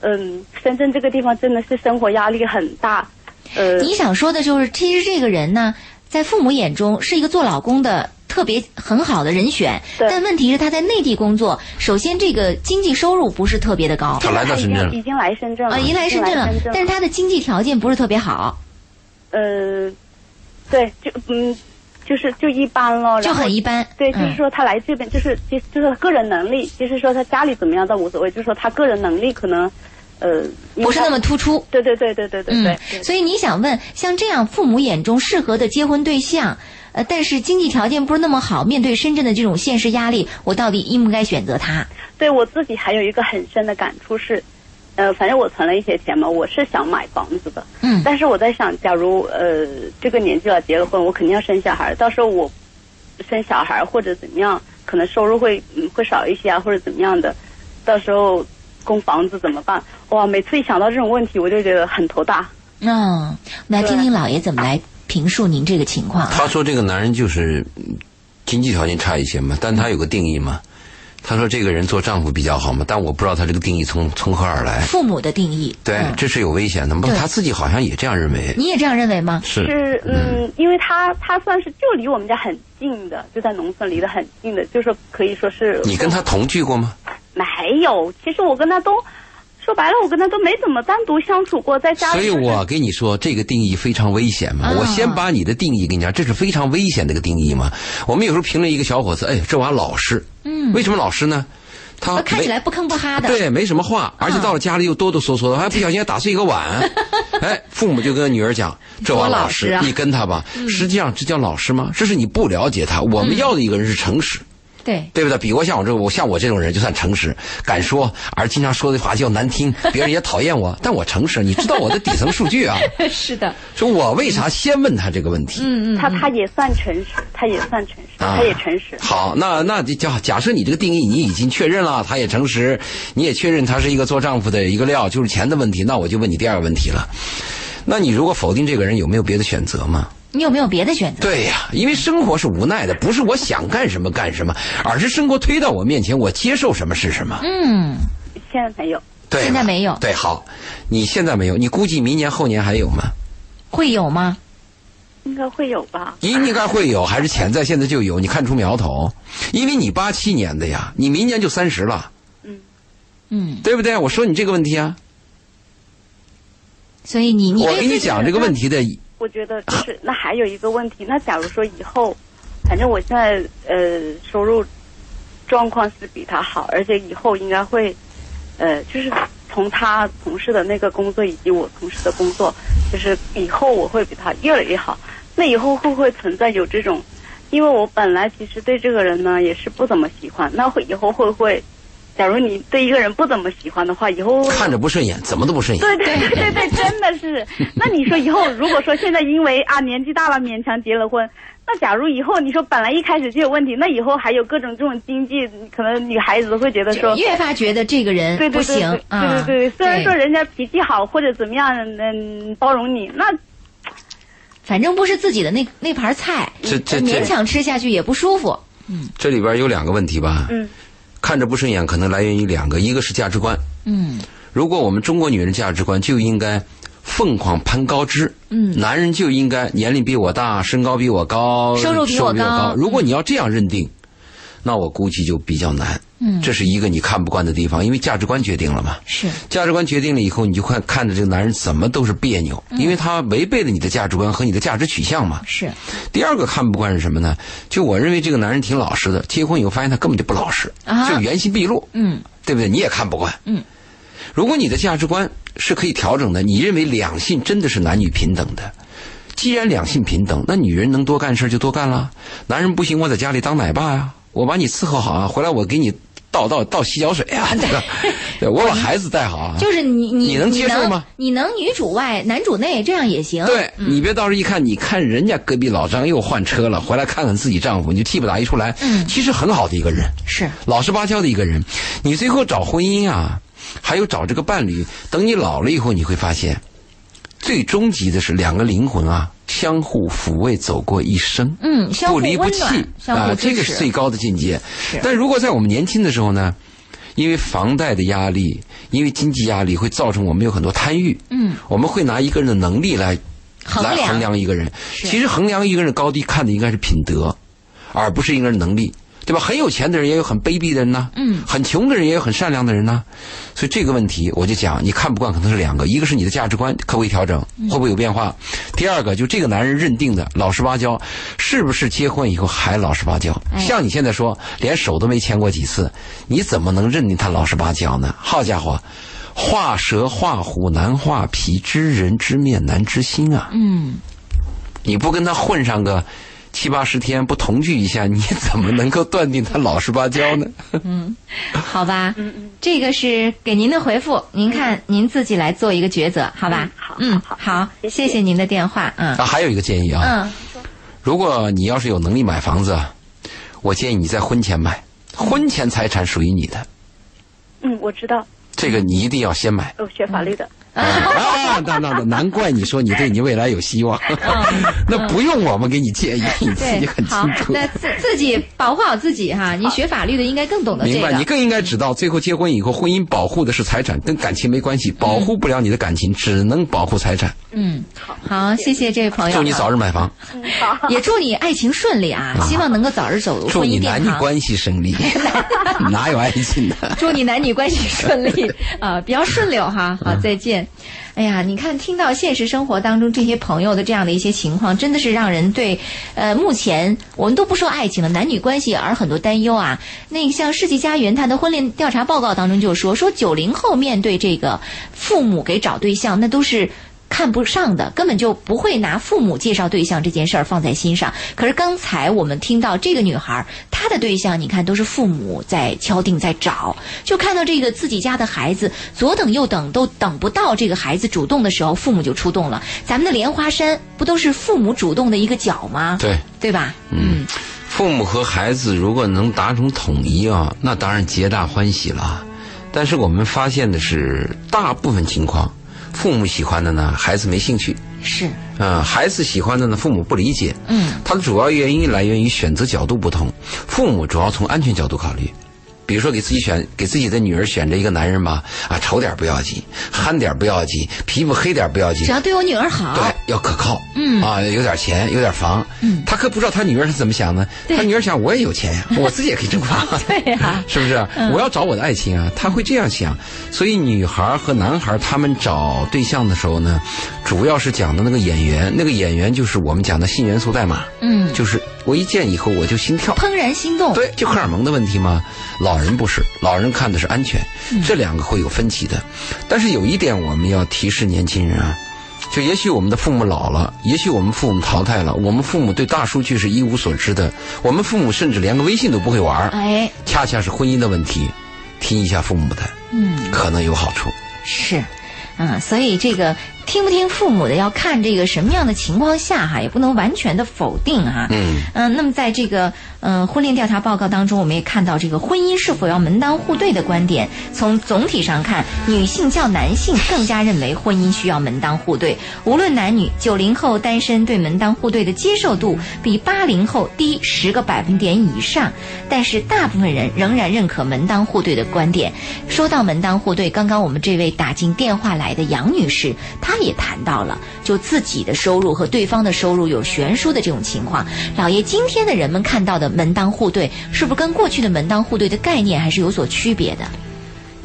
D: 嗯，深圳这个地方真的是生活压力很大。呃，
A: 你想说的就是，其实这个人呢，在父母眼中是一个做老公的特别很好的人选，
D: 对
A: 但问题是他在内地工作，首先这个经济收入不是特别的高。
B: 他来到深圳
D: 已
B: 了，
D: 经来嗯深圳了，
A: 啊，一来深圳了，但是他的经济条件不是特别好，
D: 呃，对，就嗯，就是就一般咯，
A: 就
D: 然后
A: 很一般。
D: 对，就是
A: 嗯
D: 说他来这边，就是其实就是个人能力，就是说他家里怎么样倒无所谓，就是说他个人能力可能，呃，因为
A: 不是
D: 他
A: 那么突出。
D: 对对对对对对对
A: 嗯，，所以你想问，像这样父母眼中适合的结婚对象，呃，但是经济条件不是那么好，面对深圳的这种现实压力，我到底应不应该选择他？
D: 对我自己还有一个很深的感触是，呃，反正我存了一些钱嘛，我是想买房子的，
A: 嗯
D: 但是我在想，假如呃这个年纪了结了婚，我肯定要生小孩，到时候我生小孩或者怎么样，可能收入会嗯会少一些啊，或者怎么样的，到时候供房子怎么办？哇，每次一想到这种问题，我就觉得很头大。
A: 嗯、我们来听听老爷怎么来评述您这个情况啊。
B: 他说这个男人就是嗯经济条件差一些嘛，但他有个定义嘛。他说这个人做丈夫比较好嘛，但我不知道他这个定义从从何而来。
A: 父母的定义，
B: 对，
A: 嗯
B: 这是有危险的。不，
A: 对
B: 他自己好像也这样认为。
A: 你也这样认为吗？
B: 是，
D: 是嗯，因为他他算是就离我们家很近的，就在农村离得很近的，就是可以说是
B: 你跟他同居过吗？
D: 没有，其实我跟他都说白了，我跟他都没怎么单独相处过，在家
B: 所
D: 里、
B: 以
D: 就是。
B: 我跟你说，这个定义非常危险嘛。
A: 啊
B: 我先把你的定义跟你讲，这是非常危险的一个定义嘛。我们有时候评论一个小伙子，哎，这娃老实，
A: 嗯，
B: 为什么老实呢？他
A: 呃看
B: 没
A: 起来不吭不哈的。嗯
B: 对，没什么话，而且到了家里又哆哆嗦嗦的，还不小心还打碎一 个碗。哎，父母就跟女儿讲：“这
A: 多
B: 娃
A: 老
B: 老
A: 实
B: 实
A: 啊，
B: 你跟他吧。”实际上这叫老实吗？这是你不了解他。我
A: 嗯
B: 们要的一个人是诚实，
A: 对
B: 对不对？比如像我这我像我这种人就算诚实，敢说，而经常说的话就难听，别人也讨厌我，但我诚实。你知道我的底层数据 啊？
A: 是的，
B: 说我为啥先问他这个问题？
A: 嗯嗯，
D: 他他也算诚实，他也算诚实，
B: 啊
D: 他也诚实。
B: 好，那那就假假设你这个定义你已经确认了，他也诚实，你也确认他是一个做丈夫的一个料，就是钱的问题。那我就问你第二个问题了，那你如果否定这个人，有没有别的选择吗？
A: 你有没有别的选择？
B: 对呀、因为生活是无奈的，不是我想干什么干什么，而是生活推到我面前，我接受什么是什么。
A: 嗯，
D: 现在没有，
B: 对吧，
A: 现在没有
B: 对，好，你现在没有，你估计明年后年还有吗？
A: 会有吗？
D: 应该会有吧？
B: 应该会有，还是潜在现在就有？你看出苗头？因为你八七年的呀，你明年就三十了，
A: 嗯，
B: 对不对？我说你这个问题啊。
A: 所以你你
B: 我
A: 对
B: 跟你讲这个问题的，
D: 我觉得就是那还有一个问题，那假如说以后，反正我现在呃收入状况是比他好，而且以后应该会，呃，就是从他从事的那个工作以及我从事的工作，就是以后我会比他越来越好。那以后会不会存在有这种？因为我本来其实对这个人呢也是不怎么喜欢，那会以后会不会？假如你对一个人不怎么喜欢的话，以后会
B: 看着不顺眼，怎么都不顺眼。
D: 对对对对，真的是。那你说以后，如果说现在因为啊年纪大了勉强结了婚，那假如以后你说本来一开始就有问题，那以后还有各种这种经济，可能女孩子会觉得说
A: 就，越发觉得这个人
D: 对对
A: 不
D: 对对
A: 行
D: 对
A: 啊。
D: 对对，虽然说人家脾气好或者怎么样，嗯，包容你，那
A: 反正不是自己的那那盘菜，
B: 这这
A: 勉
B: 这
A: 强吃下去也不舒服。
B: 这里边有两个问题吧？
D: 嗯，
B: 看着不顺眼，可能来源于两个，一个是价值观。
A: 嗯
B: 如果我们中国女人价值观就应该凤凰攀高枝，
A: 嗯
B: 男人就应该年龄比我大，身高比我高，
A: 收入比我高嗯
B: 如果你要这样认定，那我估计就比较难。
A: 嗯，
B: 这是一个你看不惯的地方，因为价值观决定了嘛。
A: 是
B: 价值观决定了以后，你就看看着这个男人怎么都是别扭，
A: 嗯
B: 因为他违背了你的价值观和你的价值取向嘛。
A: 是，
B: 第二个看不惯是什么呢？就我认为这个男人挺老实的，结婚以后发现他根本就不老实，
A: 啊
B: 就原形毕露，
A: 嗯
B: 对不对？你也看不惯。
A: 嗯，
B: 如果你的价值观是可以调整的，你认为两性真的是男女平等的。既然两性平等，那女人能多干事就多干啦，男人不行，我在家里当奶爸呀、我把你伺候好啊，回来我给你倒倒倒洗脚水啊，对吧？对我把孩子带好啊。
A: 就是你你
B: 你能接受吗？
A: 你能女主外男主内，这样也行。嗯
B: 对你别到时候一看，你看人家隔壁老张又换车了，回来看看自己丈夫，你就气不打一处来。
A: 嗯
B: 其实很好的一个人，
A: 是
B: 老实巴交的一个人。你最后找婚姻啊，还有找这个伴侣，等你老了以后，你会发现，最终极的是两个灵魂啊，相互抚慰，走过一生。
A: 嗯，相互
B: 不离不
A: 温
B: 弃
A: 暖，相
B: 啊
A: 互，
B: 这
A: 支
B: 个
A: 持。
B: 是最高的境界。但如果在我们年轻的时候呢，因为房贷的压力，因为经济压力，会造成我们有很多贪欲。
A: 嗯，
B: 我们会拿一个人的能力来
A: 衡
B: 来
A: 量
B: 衡量一个人。其实衡量一个人的高低，看的应该是品德，而不是一个人能力，对吧？很有钱的人也有很卑鄙的人呐、
A: 嗯
B: 很穷的人也有很善良的人呐、所以这个问题，我就讲，你看不惯可能是两个，一个是你的价值观可不可以调整，会不会有变化？第二个就这个男人认定的老实巴交，是不是结婚以后还老实巴交？
A: 哎
B: 像你现在说，连手都没牵过几次，你怎么能认定他老实巴交呢？好家伙！画蛇画虎难画皮，知人知面难知心啊！
A: 嗯，
B: 你不跟他混上个七八十天，不同居一下，你怎么能够断定他老实巴交呢？
A: 好吧，
D: 嗯
A: 这个是给您的回复，您看您自己来做一个抉择，好吧
D: 嗯？好
A: 嗯，
D: 好
A: 好，
D: 谢
A: 谢
D: 谢
A: 谢您的电话，嗯
B: 啊，还有一个建议啊，
A: 嗯，
B: 如果你要是有能力买房子，啊，我建议你在婚前买，婚前财产属于你的，
D: 嗯，我知道，
B: 这个你一定要先买。
D: 我学法律的，
A: 嗯
B: 啊，那那那，难怪你说你对你未来有希望， 那不用我们给你建议，你自己
A: 嗯对
B: 很，
A: 好
B: 清，楚。
A: 那自自己保护好自己哈，你学法律的应该更懂得这
B: 明白，你
A: 个，
B: 更应该知道，最后结婚以后，婚姻保护的是财产，跟感情没关系，保护不了你的感情，只能保护财产。
A: 嗯，好，谢谢这位朋友，
B: 祝你早
A: 日，
B: 日买房，
D: 嗯，好。
A: 也祝你爱情顺利啊，希望能够早日走入
B: 祝
A: 婚
B: 你
A: 姻
B: 男
A: 殿
B: 女
A: 堂，
B: 关系顺利， 哪有爱情 的？
A: 祝你男女关系顺利 啊、比较顺溜哈。好，再见。哎呀，你看，听到现实生活当中这些朋友的这样的一些情况，真的是让人对，呃，目前我们都不说爱情了，男女关系而很多担忧啊。那个像世纪佳缘他的婚恋调查报告当中就说，说九零后面对这个父母给找对象，那都是。看不上的，根本就不会拿父母介绍对象这件事儿放在心上。可是刚才我们听到这个女孩儿，她的对象你看都是父母在敲定在找，就看到这个自己家的孩子左等右等都等不到这个孩子主动的时候，父母就出动了。咱们的莲花山不都是父母主动的一个角吗？
B: 对，
A: 对吧？嗯，
B: 父母和孩子如果能达成统一啊，那当然皆大欢喜了。啊但是我们发现的是，大部分情况，父母喜欢的呢，孩子没兴趣；
A: 嗯是，
B: 啊，孩子喜欢的呢，父母不理解。
A: 嗯
B: 它的主要原因来源于选择角度不同，父母主要从安全角度考虑。比如说，给自己选给自己的女儿选择一个男人吧，啊，丑点儿不要紧，憨点儿不要紧，皮肤黑点儿不要紧
A: 只，要对我女儿好，
B: 对，要可靠，
A: 啊嗯
B: 啊，有点钱，有点房，
A: 嗯
B: 他可不知道他女儿是怎么想的，
A: 对
B: 他女儿想我也有 钱呀，我自己也可以挣房，
A: 对呀 嗯
B: 是不是？我要找我的爱情啊，他会这样想。所以女孩儿和男孩儿他们找对象的时候呢，主要是讲的那个演员，那个演员就是我们讲的性元素代码，
A: 嗯
B: 就是我一见以后我就心跳。
A: 怦然心动。
B: 对，就荷尔蒙的问题吗？老人不是，老人看的是安全，这两个会有分歧的。但是有一点我们要提示年轻人啊，就也许我们的父母老了，也许我们父母淘汰了，我们父母对大数据是一无所知的，我们父母甚至连个微信都不会玩儿，
A: 哎，
B: 恰恰是婚姻的问题，听一下父母的，
A: 嗯，
B: 可能有好处。
A: 是，嗯，所以这个听不听父母的，要看这个什么样的情况下哈，也不能完全的否定哈。
B: 嗯，
A: 嗯，那么在这个嗯、呃婚恋调查报告当中，我们也看到这个婚姻是否要门当户对的观点。从总体上看，女性较男性更加认为婚姻需要门当户对。无论男女，九零后单身对门当户对的接受度比八零后低十个百分点以上，但是大部分人仍然认可门当户对的观点。说到门当户对，刚刚我们这位打进电话来的杨女士，她也谈到了，就自己的收入和对方的收入有悬殊的这种情况。老爷，今天的人们看到的门当户对，是不是跟过去的门当户对的概念还是有所区别的？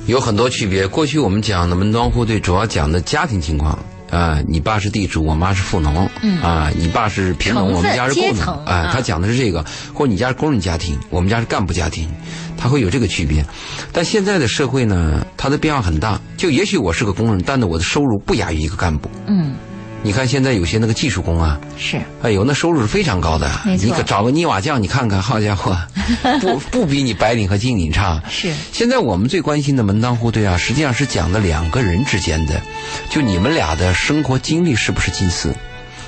B: 有很多区别。过去我们讲的门当户对，主要讲的家庭情况。啊、你爸是地主，我妈是富农。
A: 嗯
B: 啊，你爸是贫农，
A: 成分
B: 我们家是
A: 阶
B: 工
A: 层
B: 农。哎
A: 啊
B: 他讲的是这个，或者你家是工人家庭，我们家是干部家庭，他会有这个区别。但现在的社会呢，它的变化很大。就也许我是个工人，但呢，我的收入不亚于一个干部。
A: 嗯，
B: 你看现在有些那个技术工啊，
A: 是
B: 哎呦，那收入是非常高的。
A: 没错
B: 你可找个泥瓦匠，你看看，好 家伙，不不比你白领和经理差。
A: 是，
B: 现在我们最关心的门当户对啊，实际上是讲的两个人之间的，就你们俩的生活经历是不是近似，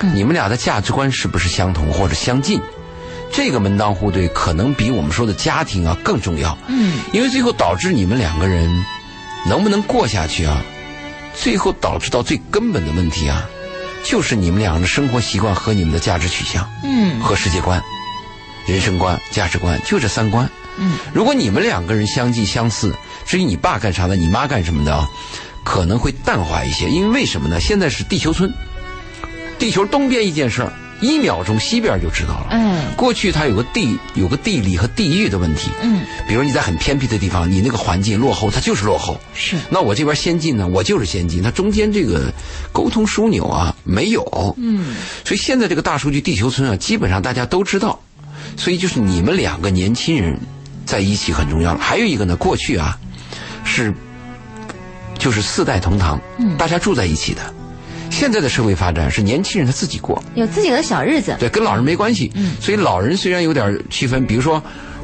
A: 嗯
B: 你们俩的价值观是不是相同或者相近。这个门当户对可能比我们说的家庭啊更重要，
A: 嗯，
B: 因为最后导致你们两个人能不能过下去啊，最后导致到最根本的问题啊，就是你们两个人的生活习惯和你们的价值取向
A: 嗯
B: 和世界观、人生观、价值观，就这三观。
A: 嗯，
B: 如果你们两个人相近相似，至于你爸干啥的，你妈干什么的啊，可能会淡化一些。因为为什么呢？现在是地球村，地球东边一件事儿，一秒钟西边就知道了。
A: 哎，
B: 过去它有个地有个地理和地域的问题，
A: 嗯，
B: 比如你在很偏僻的地方，你那个环境落后，它就是落后。
A: 是，
B: 那我这边先进呢，我就是先进，它中间这个沟通枢纽啊没有，
A: 嗯，
B: 所以现在这个大数据地球村啊，基本上大家都知道，所以就是你们两个年轻人在一起很重要了。还有一个呢，过去啊是就是四代同堂，
A: 嗯
B: 大家住在一起的。现在的社会发展是年轻人他自己过，
A: 有自己的小日子。
B: 对，跟老人没关系。
A: 嗯
B: 所以老人虽然有点区分，比如说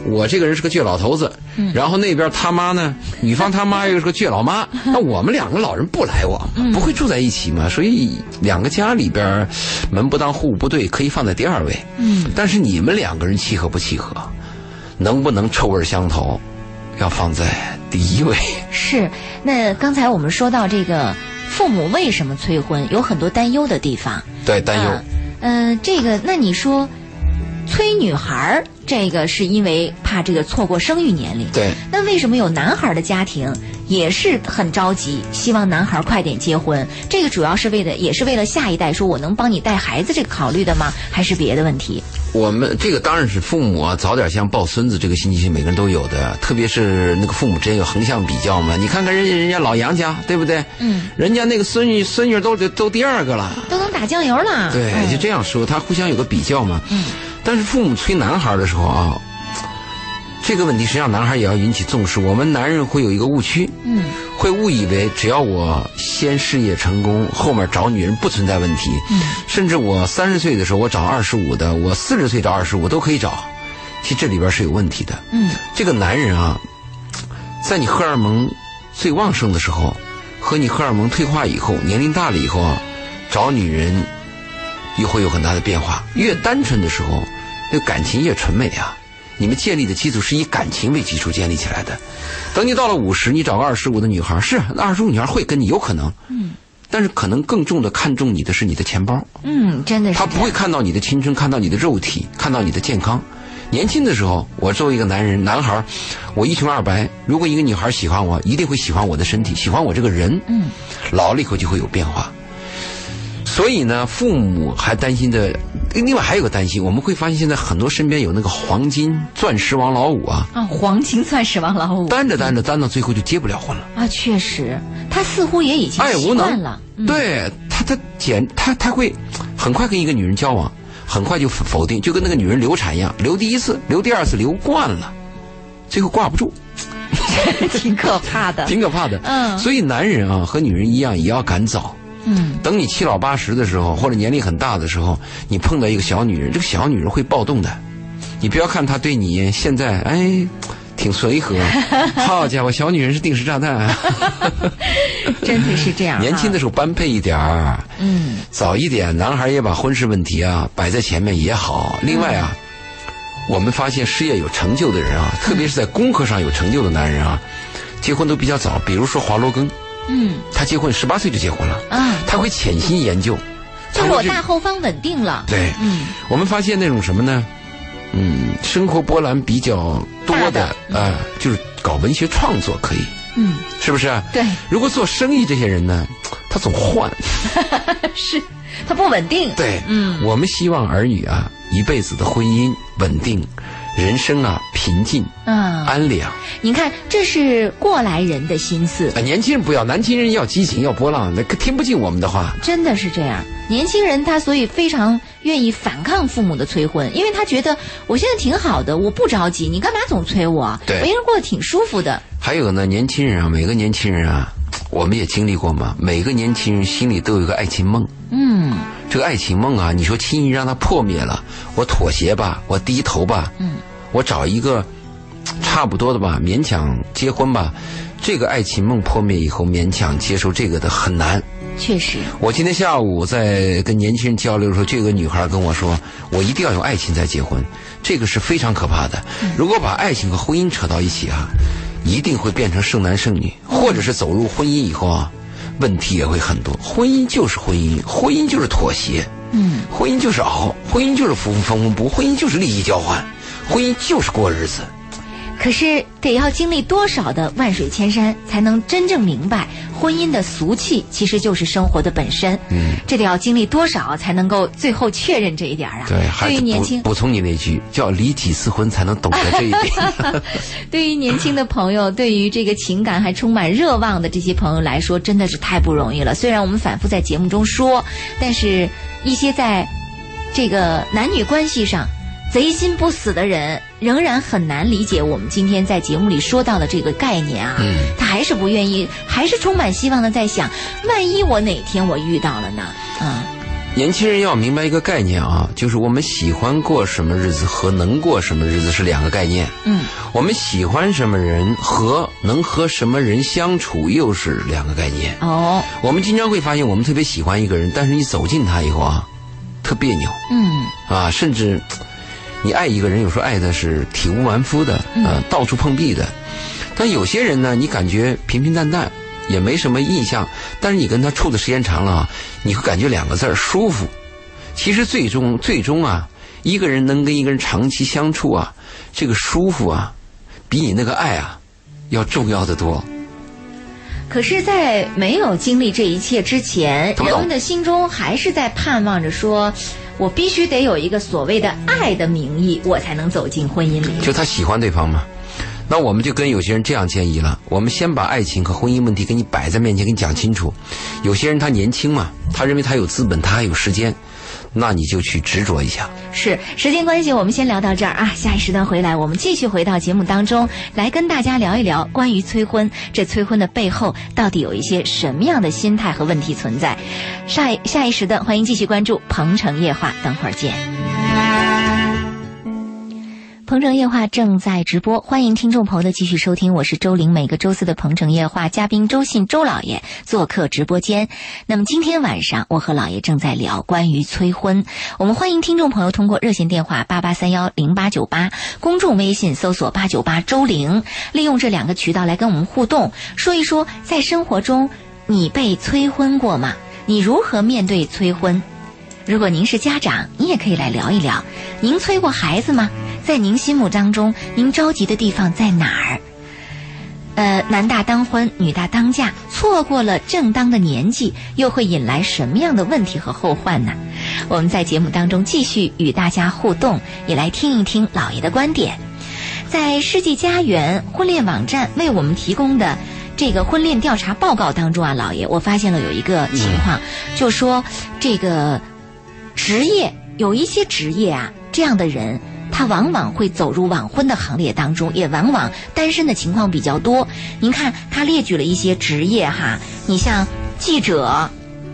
B: 我这个人是个倔老头子，
A: 嗯
B: 然后那边他妈呢，女方他妈又是个倔 老妈，那我们两个老人不来往嘛，
A: 嗯
B: 不会住在一起嘛，所以两个家里边门不当户不对，可以放在第二位。
A: 嗯，
B: 但是你们两个人契合不契合，能不能臭味相投，要放在第一位。
A: 是。那刚才我们说到这个父母为什么催婚，有很多担忧的地方。
B: 对，担忧。
A: 啊嗯、这个，那你说，催女孩儿这个是因为怕这个错过生育年龄。
B: 对，
A: 那为什么有男孩儿的家庭也是很着急，希望男孩儿快点结婚？这个主要是为了，也是为了下一代，说我能帮你带孩子这个考虑的吗？还是别的问题？
B: 我们这个当然是父母啊，早点像抱孙子这个心情，每个人都有的。特别是那个父母之间有横向比较嘛，你看看人家人家老杨家，对不对？
A: 嗯，
B: 人家那个孙女孙女都得都第二个了。
A: 都能打酱油了。
B: 对，
A: 嗯
B: 就这样说，他互相有个比较嘛。嗯，但是父母催男孩的时候啊，这个问题实际上男孩也要引起重视。我们男人会有一个误区，
A: 嗯，
B: 会误以为只要我先事业成功，后面找女人不存在问题。嗯，甚至我三十岁的时候我找二十五的，我四十岁找二十五都可以找。其实这里边是有问题的。
A: 嗯，
B: 这个男人啊，在你荷尔蒙最旺盛的时候，和你荷尔蒙退化以后，年龄大了以后啊，找女人又会有很大的变化。越单纯的时候，那感情越纯美啊。你们建立的基础是以感情为基础建立起来的。等你到了五十，你找个二十五的女孩，是啊那二十五女孩会跟你有可能，嗯，但是可能更重的看重你的是你的钱包，
A: 嗯，真的是
B: 他不会看到你的青春，看到你的肉体，看到你的健康。年轻的时候，我作为一个男人、男孩儿，我一穷二白。如果一个女孩喜欢我，一定会喜欢我的身体，喜欢我这个人。嗯，老了以后就会有变化。所以呢，父母还担心的，另外还有个担心，我们会发现现在很多身边有那个黄金、钻石王老五啊，
A: 啊，黄金钻石王老五
B: 单着单着单到最后就结不了婚了。
A: 啊，确实，他似乎也已经
B: 爱
A: 习
B: 哎无
A: 惯
B: 能
A: 了。，嗯
B: 对他，他简他他会很快跟一个女人交往，很快就否定，就跟那个女人流产一样，流第一次，流第二次，流惯了，最后挂不住，
A: 挺可怕的。
B: 挺可怕的。
A: 嗯
B: 所以男人啊和女人一样，也要赶早。
A: 嗯，
B: 等你七老八十的时候，或者年龄很大的时候，你碰到一个小女人，这个小女人会暴动的。你不要看她对你现在哎挺 随和，好家伙，小女人是定时炸弹啊。
A: 真的是这样。啊
B: 年轻的，时候般配一点儿，
A: 嗯
B: 早一点，男孩也把婚事问题啊摆在前面也好。另外啊，我们发现事业有成就的人啊，特别是在功课上有成就的男人啊，结婚都比较早。比如说华罗庚，
A: 嗯
B: 他结婚十八岁就结婚了，
A: 啊，
B: 他会潜心研究，
A: 就
B: 他
A: 是我
B: 会去
A: 大后方稳定了。
B: 对，
A: 嗯
B: 我们发现那种什么呢？嗯，生活波澜比较多
A: 大
B: 的
A: 的
B: 啊、就是搞文学创作可以，
A: 嗯，
B: 是不是啊？
A: 对，
B: 如果做生意这些人呢，他总换，
A: 嗯是，它不稳定。
B: 对，
A: 嗯
B: 我们希望儿女啊，一辈子的婚姻稳定，人生啊平静
A: 嗯，
B: 安良。啊、
A: 你看，这是过来人的心思，
B: 年轻人不要，年轻人要激情，要波浪，那可听不进我们的话。
A: 真的是这样。年轻人他所以非常愿意反抗父母的催婚，因为他觉得我现在挺好的，我不着急，你干嘛总催我？
B: 对
A: 我一个人过得挺舒服的。
B: 还有呢，年轻人啊，每个年轻人啊，我们也经历过嘛，每个年轻人心里都有一个爱情梦。
A: 嗯
B: 这个爱情梦啊，你说轻易让它破灭了，我妥协吧，我低头吧，
A: 嗯，
B: 我找一个嘖差不多的吧，勉强结婚吧。这个爱情梦破灭以后，勉强接受这个的很难。
A: 确实，
B: 我今天下午在跟年轻人交流的时候，就有个女孩跟我说，我一定要有爱情再结婚，这个是非常可怕的。如果把爱情和婚姻扯到一起啊，一定会变成剩男剩女，或者是走入婚姻以后啊，问题也会很多。婚姻就是婚姻，婚姻就是妥协。
A: 嗯
B: 婚姻就是熬，婚姻就是缝缝缝补，婚姻就是利益交换，婚姻就是过日子。
A: 可是得要经历多少的万水千山，才能真正明白婚姻的俗气其实就是生活的本身。嗯，这得要经历多少才能够最后确认这一点儿啊？
B: 还
A: 于
B: 是
A: 年
B: 补
A: 轻，
B: 补充你那句，叫离几次婚才能懂得这一 点。
A: 对于年轻的朋友，对于这个情感还充满热望的这些朋友来说，真的是太不容易了。虽然我们反复在节目中说，但是一些在这个男女关系上贼心不死的人，仍然很难理解我们今天在节目里说到的这个概念啊。
B: 嗯
A: 他还是不愿意，还是充满希望的在想，万一我哪天我遇到了呢？啊、
B: 年轻人要明白一个概念啊，就是我们喜欢过什么日子和能过什么日子是两个概念。
A: 嗯，
B: 我们喜欢什么人和能和什么人相处又是两个概念。
A: 哦，
B: 我们经常会发现，我们特别喜欢一个人，但是你走近他以后啊，特别扭。
A: 嗯
B: 啊，甚至你爱一个人，有时候爱的是体无完肤的，呃，到处碰壁的。但有些人呢，你感觉平平淡淡，也没什么印象，但是你跟他处的时间长了啊，你会感觉两个字儿舒服。其实最终最终啊，一个人能跟一个人长期相处啊，这个舒服啊，比你那个爱啊要重要的多。
A: 可是，在没有经历这一切之前，
B: 懂不懂
A: 人们的心中还是在盼望着说，我必须得有一个所谓的爱的名义，我才能走进婚姻里。
B: 就他喜欢对方嘛。那我们就跟有些人这样建议了，我们先把爱情和婚姻问题给你摆在面前，给你讲清楚。有些人他年轻嘛，他认为他有资本，他还有时间，那你就去执着一下。
A: 是时间关系，我们先聊到这儿啊。下一时段回来，我们继续回到节目当中，来跟大家聊一聊关于催婚，这催婚的背后到底有一些什么样的心态和问题存在。下一下一时段，欢迎继续关注《鹏城夜话》，等会儿见。鹏城夜话正在直播，欢迎听众朋友的继续收听，我是周玲。每个周四的鹏城夜话，嘉宾周信周老爷做客直播间。那么今天晚上，我和老爷正在聊关于催婚。我们欢迎听众朋友通过热线电话八八三幺零八九八，公众微信搜索八九八周玲，利用这两个渠道来跟我们互动，说一说在生活中你被催婚过吗？你如何面对催婚？如果您是家长，你也可以来聊一聊，您催过孩子吗？在您心目当中，您着急的地方在哪儿？呃，男大当婚，女大当嫁，错过了正当的年纪，又会引来什么样的问题和后患呢？我们在节目当中继续与大家互动，也来听一听老爷的观点。在世纪佳缘婚恋网站为我们提供的这个婚恋调查报告当中啊，老爷，我发现了有一个情况，就说这个职业有一些职业啊，这样的人他往往会走入晚婚的行列当中，也往呃往单身的情况比较多。您看，他列举了一些职业哈，你像记者、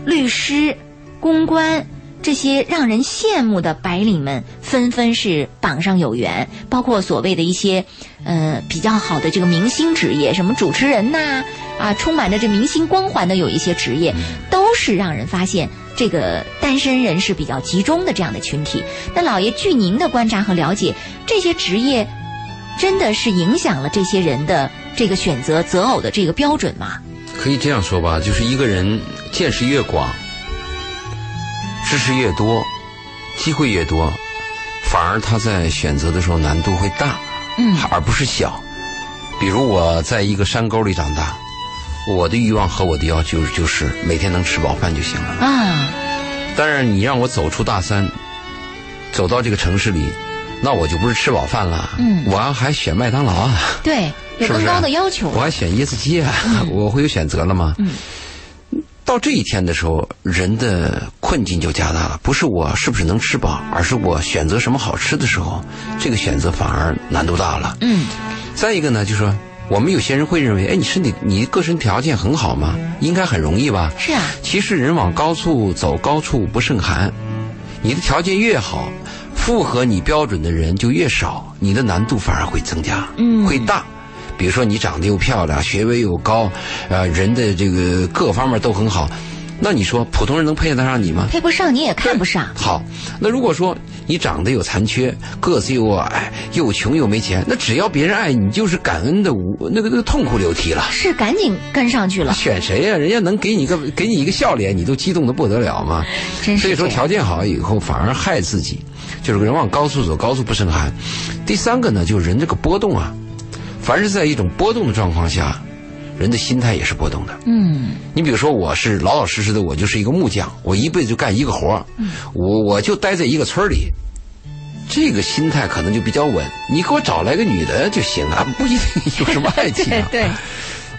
A: 律师、公关。这些让人羡慕的白领们纷纷是榜上有缘，包括所谓的一些，呃，比较好的这个明星职业，什么主持人呐、啊，啊，充满着这明星光环的有一些职业，都是让人发现这个单身人是比较集中的这样的群体。那老爷，据您的观察和了解，这些职业真的是影响了这些人的这个选择择偶的这个标准吗？
B: 可以这样说吧，就是一个人见识越广。知识越多，机会越多，反而他在选择的时候难度会大，
A: 嗯，
B: 而不是小。比如我在一个山沟里长大，我的欲望和我的要求就是每天能吃饱饭就行了。
A: 啊，
B: 但是你让我走出大山，走到这个城市里，那我就不是吃饱饭了，
A: 嗯
B: 我还选麦当劳啊，
A: 对，有
B: 是不
A: 更
B: 是
A: 高的要求
B: 我还选椰子鸡啊，我会有选择了吗？
A: 嗯
B: 到这一天的时候，人的困境就加大了。不是我是不是能吃饱，而是我选择什么好吃的时候，这个选择反而难度大了。
A: 嗯
B: 再一个呢，就说我们有些人会认为，哎，你身体你个人条件很好嘛，应该很容易吧？
A: 是啊，
B: 其实人往高处走，高处不胜寒。你的条件越好，符合你标准的人就越少，你的难度反而会增加，
A: 嗯
B: 会大。比如说你长得又漂亮，学位又高，呃，人的这个各方面都很好，那你说普通人能配得上你吗？
A: 配不上你也看不上，
B: 好，那如果说你长得有残缺，个子又矮，又穷又没钱，那只要别人爱你，就是感恩的无那个那个痛哭流涕了。
A: 是赶紧跟上去了。
B: 选谁呀、人家能给你个给你一个笑脸，你都激动的不得了吗？
A: 真是
B: 所以说
A: 这样
B: 条件好以后反而害自己，就是人往高处走，高处不胜寒。第三个呢，就是人这个波动啊，凡是在一种波动的状况下，人的心态也是波动的。
A: 嗯
B: 你比如说，我是老老实实的，我就是一个木匠，我一辈子就干一个活儿，我我就待在一个村儿里，这个心态可能就比较稳。你给我找来个女的就行啊，不一定有什么爱情、啊。
A: 对对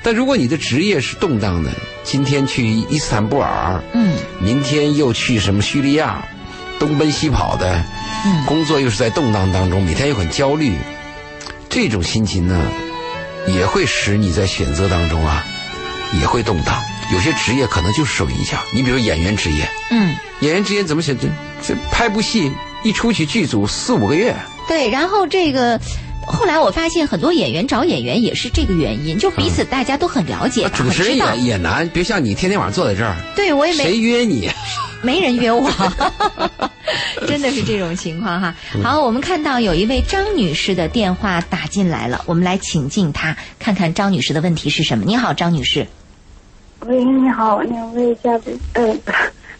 B: 但如果你的职业是动荡的，今天去伊斯坦布尔，
A: 嗯，
B: 明天又去什么叙利亚，东奔西跑的，
A: 嗯
B: 工作又是在动荡当中，每天又很焦虑，这种心情呢，也会使你在选择当中啊，也会动荡。有些职业可能就是受影响，你比如演员职业，
A: 嗯，
B: 演员职业怎么选择？这拍部戏一出去，剧组四五个月，
A: 对。然后这个，后来我发现很多演员找演员也是这个原因，就彼此大家都很了解，
B: 嗯啊主持人
A: 很知道
B: 也。也难，别像你天天晚上坐在这儿，
A: 对我也没
B: 谁约你？
A: 没人约我， 真的是这种情况哈。
B: 嗯
A: 好，我们看到有一位张女士的电话打进来了，我们来请进她，看看张女士的问题是什么。你好，张女士。
C: 喂，你好，两位嘉宾，呃，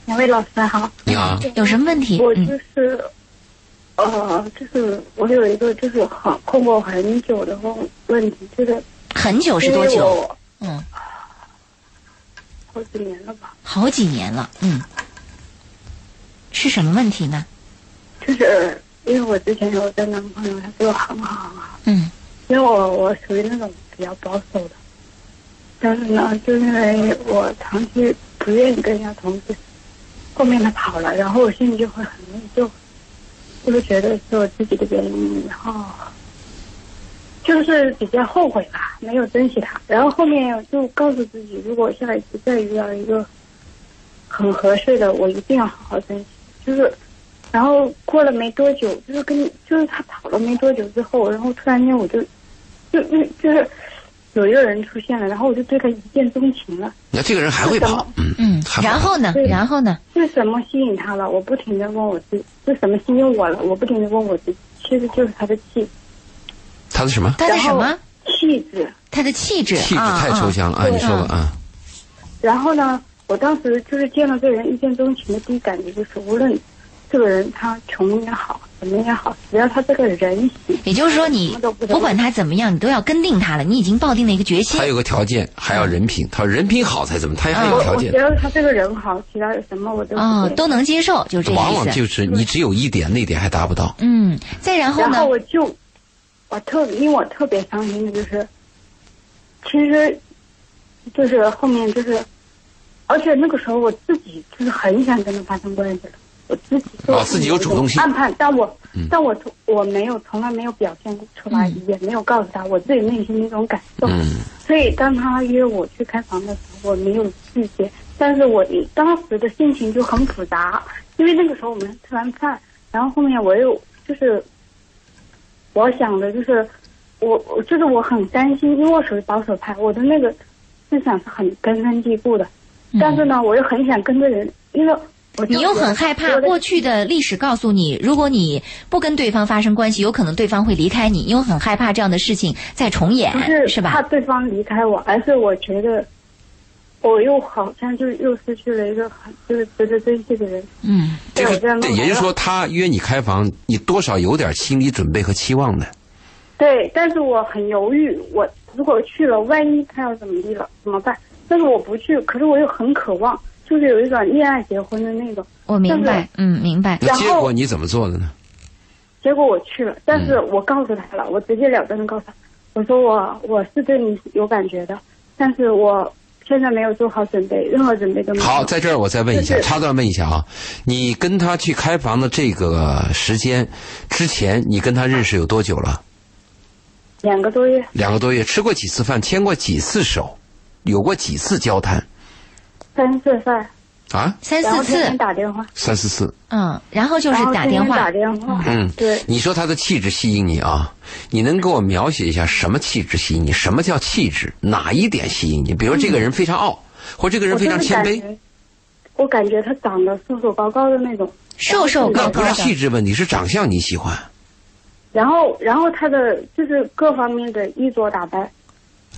C: 两位老师好。
B: 你好，
A: 有什么问题？
C: 我
A: 嗯
C: 就是，呃，就是我有一个就是很困惑很久的问问题，就是
A: 很久是
C: 因
A: 多
C: 为
A: 久？
C: 我
A: 嗯，
C: 好几年了吧，
A: 好几年了。嗯，是什么问题呢？
C: 就是因为我之前有个男朋友，他对我很好啊很好，
A: 嗯
C: 因为我我属于那种比较保守的，但是呢，就因为我长期不愿意跟人家同居，后面他跑了，然后我心里就会很内疚，就是觉得是我自己的原因，然后就是比较后悔吧，没有珍惜他。然后后面我就告诉自己，如果下一次再遇到一个很合适的，我一定要好好珍惜。就是，然后过了没多久，就是跟就是他跑了没多久之后，然后突然间我就就就就是有一个人出现了，然后我就对他一见钟情了。
B: 那这个人还会跑，嗯
A: 嗯，
B: 还会跑
A: 然后呢？
C: 对
A: 然后呢？
C: 是什么吸引他了？我不停的问我自己，是什么吸引我了？我不停的问我自己，其实就是他的气
B: 他的什么？
A: 她的什
C: 然
A: 么
C: 后？气质。
A: 她的气质，
B: 气质
A: 啊
B: 太抽。象了啊！
C: 对
B: 你说吧啊，
C: 然后呢，我当时就是见到这个人一见钟情的第一感觉就是，无论这个人他穷也好，怎么也好，只要他这个人行，
A: 也就是说，你
C: 什么都不懂
A: 不管他怎么样，你都要跟定他了。你已经抱定了一个决心
B: 他。有个条件，还要人品，他说人品好才怎么，他
D: 嗯
B: 还有
C: 我
B: 条
C: 我
B: 件
C: 只。要他这个人好，其他什么我都
A: 哦
C: 不，对。
A: 都能接受，就是这个
B: 往往
A: 意思。
B: 就是你只有一点，那点还达不到。
A: 嗯，再然后
C: 然
A: 呢？
C: 后我就，我特因为我特别伤心的就是，其实，就是后面就是，而且那个时候我自己就是很想跟他发生关系了，
D: 我自己做
B: 哦自己有主动性
D: 暗判，但我、
B: 嗯
D: 但我从我没有从来没有表现出来，
A: 嗯
D: 也没有告诉他我自己内心那种感受。
B: 嗯
D: 所以当他约我去开房的时候，我没有拒绝，但是我当时的心情就很复杂，因为那个时候我们吃完饭，然后后面我又就是，我想的就是我我就是我很担心，因为我属于保守派，我的那个思想是很根深蒂固的，但是呢，我又很想跟这人，因为我就
A: 嗯你又很害怕
D: 我的
A: 过去的历史告诉你，如果你不跟对方发生关系，有可能对方会离开你，你又很害怕这样的事情再重演
D: 不，是
A: 是
D: 怕
A: 吧？
D: 对方离开我，而是我觉得我又好像就是又失去了一个很就是值得珍惜的人。
A: 嗯，
B: 这
D: 对我这
B: 个
D: 样弄
B: 对，也就是说，他约你开房，你多少有点心理准备和期望的。
D: 对，但是我很犹豫，我如果去了，万一他要怎么地了怎么办？但是我不去，可是我又很渴望，就是有一种恋爱结婚的那种。
A: 我明
D: 但
A: 白
D: 是，
A: 嗯，明白。
B: 那
D: 然后
B: 结果你怎么做的呢？
D: 结果我去了，但
B: 嗯
D: 是我告诉他了，我直截了当的告诉他，我说我我是对你有感觉的，但是我现在没有做好准备，任何准备都没有。
B: 好，在这儿我再问一下，
D: 就是
B: 插断问一下啊，你跟他去开房的这个时间之前，你跟他认识有多久了？
D: 两个多月，
B: 两个多月，吃过几次饭，牵过几次手，有过几次交谈
D: 三四饭，
B: 啊？
A: 三
D: 然后
A: 四
D: 天天
A: 次，
D: 打电话，
B: 三四次。
A: 嗯，然后就是
D: 然后
A: 打
D: 天
A: 电
D: 天
A: 话
D: 打，电话，
B: 嗯
D: 对，
B: 你说他的气质吸引你啊？你能给我描写一下什么气质吸引你？什么叫气质？哪一点吸引你？比如这个人非常傲，或这个人
D: 我
B: 非常
D: 就是
B: 谦
D: 感
B: 卑，
D: 觉，我感觉他长得瘦瘦高高的那种，
A: 瘦瘦
B: 那
A: 高
B: 不
A: 高
B: 是
A: 的
B: 气，质问题，是长相你喜欢。
D: 然后然后他的就是各方面的衣着打扮，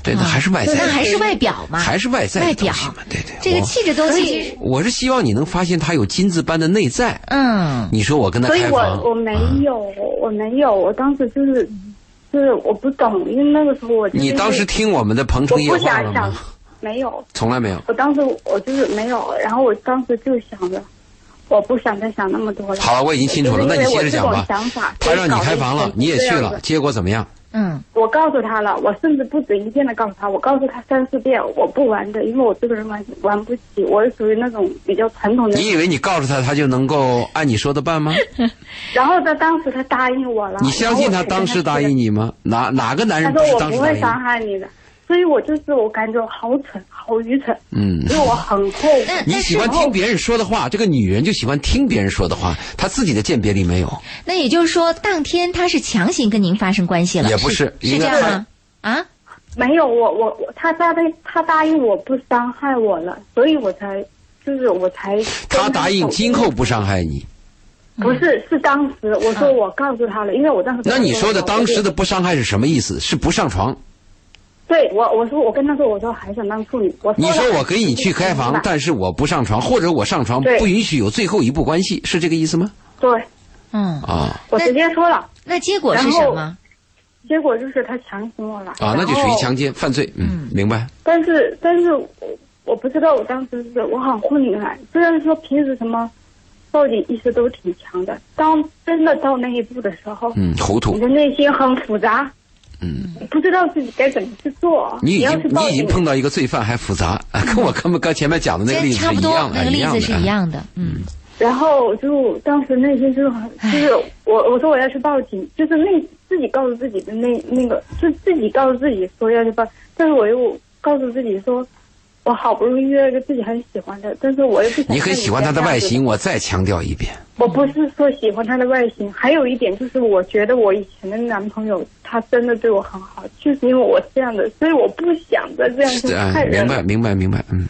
B: 对，那
D: 嗯
A: 啊
B: 还是外在的
A: 那
B: 东西，
A: 还是外表嘛，
B: 还是外在
A: 外
B: 的东
A: 表
B: 西嘛？对对，
A: 这个
B: 我
A: 气质东
D: 所
A: 西
D: 以
A: 其实，
B: 我是希望你能发现他有金子般的内在。
A: 嗯，
B: 你说我跟他
D: 所以
B: 开
D: 我
B: 房，
D: 我没
B: 嗯
D: 有、我没有，我当时就是就是我不懂，因为那个时候我就是
B: 你当时听我们的鹏
D: 我
B: 城夜
D: 不
B: 话
D: 想
B: 了
D: 想
B: 吗？，
D: 没有，
B: 从来没有。
D: 我当时我就是没有，然后我当时就想着。我不想再想那么多了。
B: 好了，我已经清楚了，
D: 就
B: 那
D: 是
B: 你
D: 因为
B: 接
D: 我
B: 着讲吧。
D: 这种想法
B: 他让你开房了，你也去。
D: 所以搞得成这样
B: 了，
D: 子
B: 结果怎么样？
A: 嗯，
D: 我告诉他了，我甚至不止一遍的告诉他，我告诉他三四遍，我不玩的，因为我这个人玩玩不起，我是属于那种比较传统的。
B: 你以为你告诉他，他就能够按你说的办 吗？
D: 然后他当时他答应我了，
B: 你相信
D: 然
B: 他
D: 后我才
B: 当时答应你吗？哪哪个男
D: 跟他
B: 人
D: 去
B: 不
D: 的，
B: 是当
D: 他说我
B: 时
D: 不
B: 答应
D: 会伤
B: 你？
D: 害你的，所以我就是我感觉我好蠢，好愚蠢，
B: 嗯
D: 所，以我很后
A: 那
D: 悔。
B: 你喜欢听别人说的话，这个女人就喜欢听别人说的话，她自己的鉴别力没有。
A: 那也就是说，当天他是强行跟您发生关系了，
B: 也不
A: 是是
B: 是应
A: 这
B: 该
A: 样吗？啊，
D: 没有我我我，他答应他答应我不伤害我了，所以我才就是我才
B: 她答应今后不伤害你，
D: 不是是当时我说我告诉他了，因为我当
B: 嗯
D: 时
B: 那你说的当时
D: 的。
B: 的不伤害是什么意思？是不上床？
D: 对我，我说我跟他说，我说还想当处女。我
B: 你
D: 说
B: 说
D: 了
B: 我给你去开房，但是我不上床，或者我上床
D: 对
B: 不允许有最后一步关系，是这个意思吗？
D: 对，
A: 嗯，
B: 啊
D: 我直接说了，
A: 那结果是
D: 然后
A: 什么？
D: 结果就是他强行我了
B: 啊，那就属于。强
D: 然后
B: 奸犯罪。嗯，明白。
D: 但是，但是我我不知道，我当时是我很混乱，虽然说平时什么道理意识都挺强的，当真的到那一步的时候，
B: 嗯，糊
D: 你
B: 涂。
D: 的内心很复杂，
B: 嗯。
D: 不知道自己该怎么去做。
B: 你已
D: 要
B: 经
D: 去
B: 你
D: 报
B: 已经
D: 警，
B: 碰到一个罪犯还复杂，跟我刚刚前面讲的那个例
A: 这差
B: 子是
A: 不
B: 一
A: 多
B: 样，的，
A: 那个例子是一
B: 的。
A: 样的，嗯，
D: 然后就当时内心就是很，就是我我说我要去报警，就是那自己告诉自己的那那个，就自己告诉自己说要去报，但是我又告诉自己说，我好不容易约了一个自己很喜欢的，但是我又不想。
B: 你很喜欢他的外形，，我再强调一遍，
D: 我不是说喜欢他的外形，还有一点就是我觉得我以前的男朋友他真的对我很好，就是因为我这样的，所以我不想再这样去
B: 嗯
D: 害，人
B: 明白
D: 了。
B: 明白明白，嗯，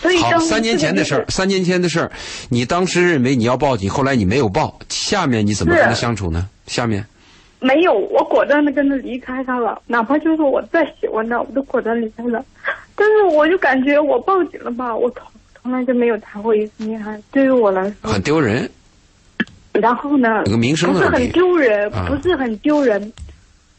D: 所以
B: 好，
D: 当时
B: 三年
D: 这个
B: 前的
D: 就是
B: 事儿，三年前的事儿，你当时认为你要报警，后来你没有报，下面你怎么
D: 是
B: 跟他相处呢？下面
D: 没有，我果断的跟他离开他了，哪怕就是我再喜欢他，我都果断离开了。但是我就感觉我报警了吧，我从从来就没有谈过一次恋爱，对于我来说，
B: 很丢人，
D: 然后呢，
B: 有个名声
D: 嗯不
B: 的
D: 是
B: 问
D: 很
B: 题
D: 丢人，
B: 啊
D: 不是很丢人，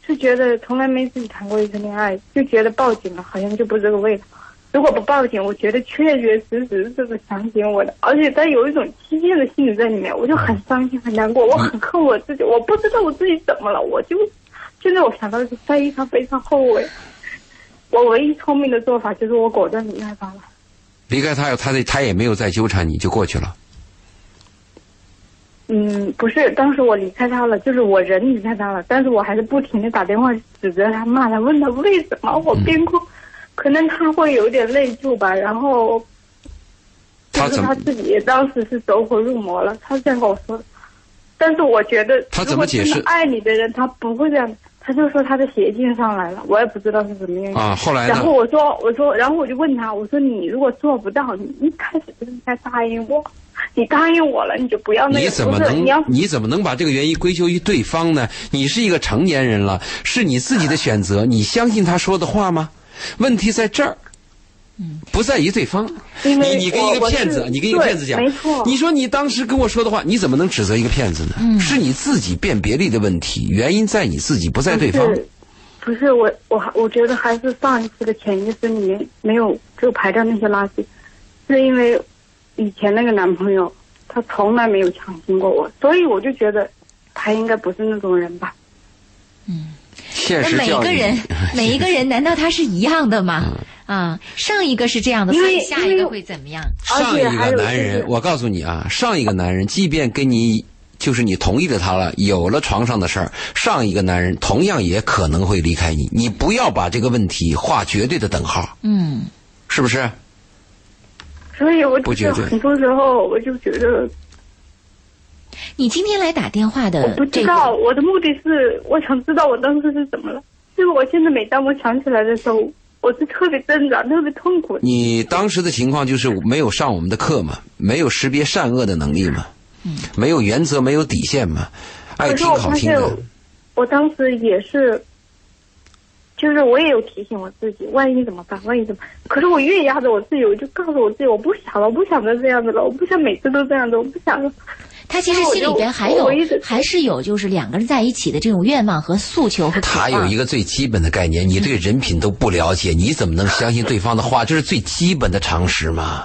D: 是觉得从来没自己谈过一次恋爱，就觉得报警了好像就不是这个味道。如果不报警，我觉得确确实实是个强奸我的，而且他有一种欺骗的心理在里面，我就很伤心很难过，我很恨我自己，我不知道我自己怎么了，我就现在我想到是非常非常后悔。我唯一聪明的做法就是我果断离开他了。
B: 离开他以后，他的他也没有再纠缠你，就过去了。
C: 嗯，不是，当时我离开他了，就是我人离开他了，但是我还是不停的打电话指责他、骂他，问他为什么，我边哭，可能他会有点内疚吧，然后，
B: 他
C: 但是
B: 怎
C: 他
B: 么
C: 自己也当时是走火入魔了，他是这样跟我说的，但是我觉得，
B: 他怎么解释
C: 爱你的人他不会这样，他就说他的邪性上来了，我也不知道是什么原因。
B: 啊？后来
C: 然
B: 呢
C: 后？我说，我说，然后我就问他，我说你如果做不到，你一开始就应该答应我，你答应我了，你就不要那
B: 你
C: 个，
B: 怎么
C: 不是
B: 能
C: 你要
B: 你怎么能把这个原因归咎于对方呢？你是一个成年人了，是你自己的选择，你相信他说的话吗？问题在这儿，不在于对方。
C: 嗯因
B: 你
C: 为
B: 你跟一个
C: 我
B: 骗
C: 我
B: 子
C: 是，
B: 你跟一个骗子讲
C: 对没错，嗯
B: 你说你当时跟我说的话，你怎么能指责一个骗子呢？是你自己辨别力的问题，原因在你自己，不在对方
C: 不。嗯是不是我我还我觉得还是上一次的潜意识里面没有就排掉那些垃圾，是因为以前那个男朋友他从来没有强行过我，所以我就觉得他应该不是那种人吧。
B: 现
A: 那
B: 实
A: 每一
B: 教
A: 个
B: 育， 嗯
A: 人，每一个人，难道他是一样的吗？啊，上一个是这样的，
C: 因
A: 所
C: 为
A: 以下一个会怎么样？
B: 上一
C: 而且还
B: 个
C: 有
B: 男
C: 就
B: 人
C: 是，
B: 我告诉你啊，上一个男人，即便跟你就是你同意了他了，有了床上的事儿，上一个男人同样也可能会离开你。你不要把这个问题画绝对的等号，
A: 嗯，
B: 是不是？
C: 所以我
B: 啊不
C: 觉得
B: 绝对
C: 很多时候我就觉得
A: 你今天来打电话
C: 我
A: 的
C: 不
A: 这
C: 知道，
A: 个，
C: 我的目的是我想知道我当时是怎么了。就是我现在每当我想起来的时候，我是特别挣扎、特别痛苦的。
B: 你当时的情况就是没有上我们的课嘛，没有识别善恶的能力嘛，没有原则，没有底线嘛，爱
C: 嗯可是
B: 听
C: 我
B: 好
C: 发
B: 听
C: 现
B: 的。，
C: 我当时也是，就是我也有提醒我自己，万一怎么办？万一怎么办？可是我越压着我自己，我就告诉我自己，我不想了，我不想再这样子了，我不想每次都这样子，我不想了。
A: 他其实心里边还
C: 我
A: 有
C: 我一直，
A: 还是有就是两个人在一起的这种愿望和诉求和渴
B: 他有
A: 望
B: 一。个最基本的概念，你对人品都不了解，你怎么能相信对方的话？这是最基本的常识嘛。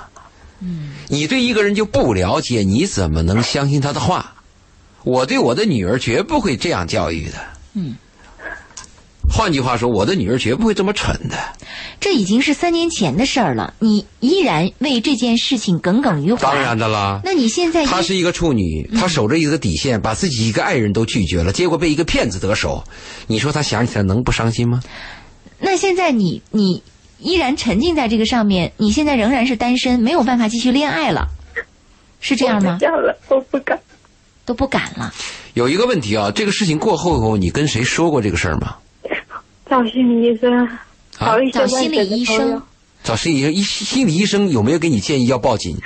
B: 嗯，你对一个人就不了解，你怎么能相信他的话？我对我的女儿绝不会这样教育的。
A: 嗯，
B: 换句话说，我的女儿绝不会这么蠢的。
A: 这已经是三年前的事儿了，你依然为这件事情耿耿于怀。
B: 当然的啦。
A: 那你现在
B: 她
A: 依
B: 是一个处女，她守着一个底线，把自己一个爱人都拒绝了，结果被一个骗子得手，你说她想起来能不伤心吗？
A: 那现在你你依然沉浸在这个上面，你现在仍然是单身，没有办法继续恋爱了，是这样
C: 我
A: 吗
C: 不？想了，我不敢。
A: 都不敢了。
B: 有一个问题啊，这个事情过后，你跟谁说过这个事儿吗？
C: 找心理医生，
B: 啊
C: 找一些
A: 找心
C: 外界
A: 理
C: 的
A: 医
C: 朋友
A: 生，
B: 找心理医生，医心理医生有没有给你建议要报警？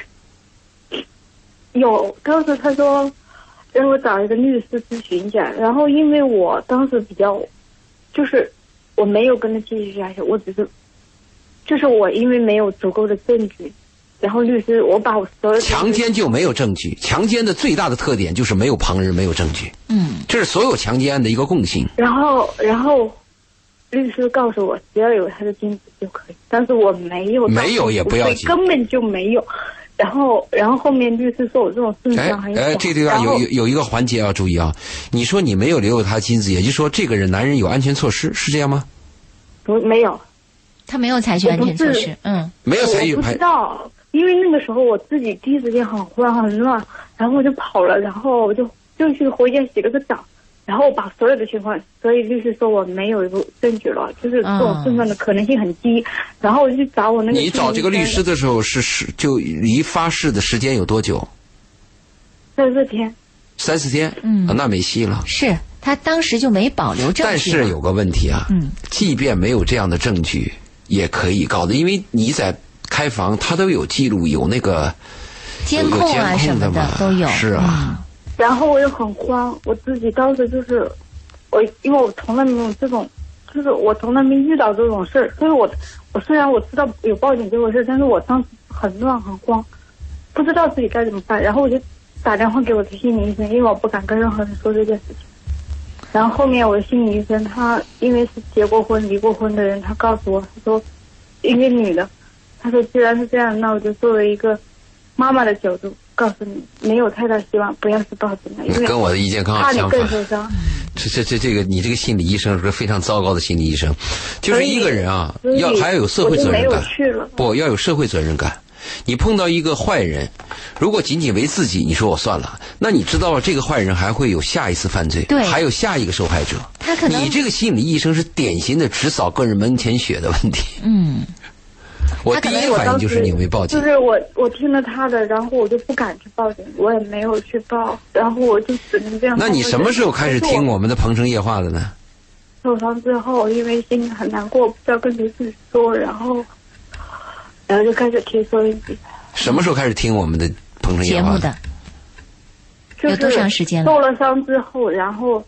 C: 有，当时他说让我找一个律师咨询一下，然后因为我当时比较，就是我没有跟他继续下去，我只是，就是我因为没有足够的证据，然后律师我把我所有的
B: 强奸就没有证据，强奸的最大的特点就是没有旁人，没有证据，
A: 嗯，
B: 这是所有强奸案的一个共性。
C: 然后然后律师告诉我只要有他的精子就可以，但是我没有，
B: 没有也不要紧
C: 所以根本就没有。然后，然后后面律师说我这种顺
B: 哎
C: 畅很小，
B: 哎，这地方
C: 然后
B: 有有有一个环节要注意啊！你说你没有留有他精子，也就是说这个人男人有安全措施，是这样吗？
C: 不没有，
A: 他没有采取安全措施。嗯，
B: 没有采取
C: 我不
B: 排
C: 知道，因为那个时候我自己第一时间很慌很乱，然后我就跑了，然后我就就去回家洗了个澡，然后我把所有的情况，所以律师说我没有证据了，就是这种身份的可能性很低，然后我就去找我那个
B: 哦你找这个律师的时候是是就离发誓的时间有多久？
C: 在这天，
B: 三四天？
A: 嗯
B: 啊那没戏了。
A: 是他当时就没保留证
B: 但
A: 据。
B: 是有个问题啊，
A: 嗯，
B: 即便没有这样的证据，也可以告的，因为你在开房，他都有记录，有那个
A: 监控啊
B: 有监控
A: 什么
B: 的嘛
A: 都有。
B: 是啊
A: 嗯
C: 然后我又很慌，我自己当时就是我，因为我从来没有这种，就是我从来没遇到这种事儿，所以我我虽然我知道有报警这回事，但是我当时很乱很慌，不知道自己该怎么办，啊然后我就打电话给我的心理医生，因为我不敢跟任何人说这件事情。然后后面我的心理医生他因为是结过婚、离过婚的人，他告诉我，他说一个女的，他说既然是这样，那我就作为一个妈妈的角度告诉你，没有太大希望，不要去报警了，因为
B: 跟我的意见刚好
C: 怕你
B: 相
C: 更
B: 反。
C: 受伤。
B: 这这这这个，你这个心理医生是个非常糟糕的心理医生，就是一个人啊
C: 所，以
B: 要还要有社
C: 我
B: 会
C: 就
B: 责
C: 没
B: 任
C: 有
B: 感，
C: 去了。
B: 不要有社会责任感。你碰到一个坏人，如果仅仅为自己，你说我算了，那你知道了这个坏人还会有下一次犯罪，
A: 对
B: 还有下一个受害者。
A: 他可能
B: 你这个心理医生是典型的只扫个人门前雪的问题。
A: 嗯，
B: 我
A: 他
B: 第
A: 可能
B: 一
A: 我
B: 反应就是你没报警
C: 就。是我我听了他的，然后我就不敢去报警，我也没有去报，然后我就只能这样。
B: 那你什么时候开始听
C: 我？
B: 我们的《鹏城夜话》的呢？
C: 受伤之后，因为心里很难过，不知道跟谁去说，然后，然后就开始听收音机，
B: 什么时候开始听我们的《鹏城夜
A: 节
B: 话》
A: 目的，
C: 就
A: 有
C: 是
A: 多长时间了
C: 受了伤之后，然后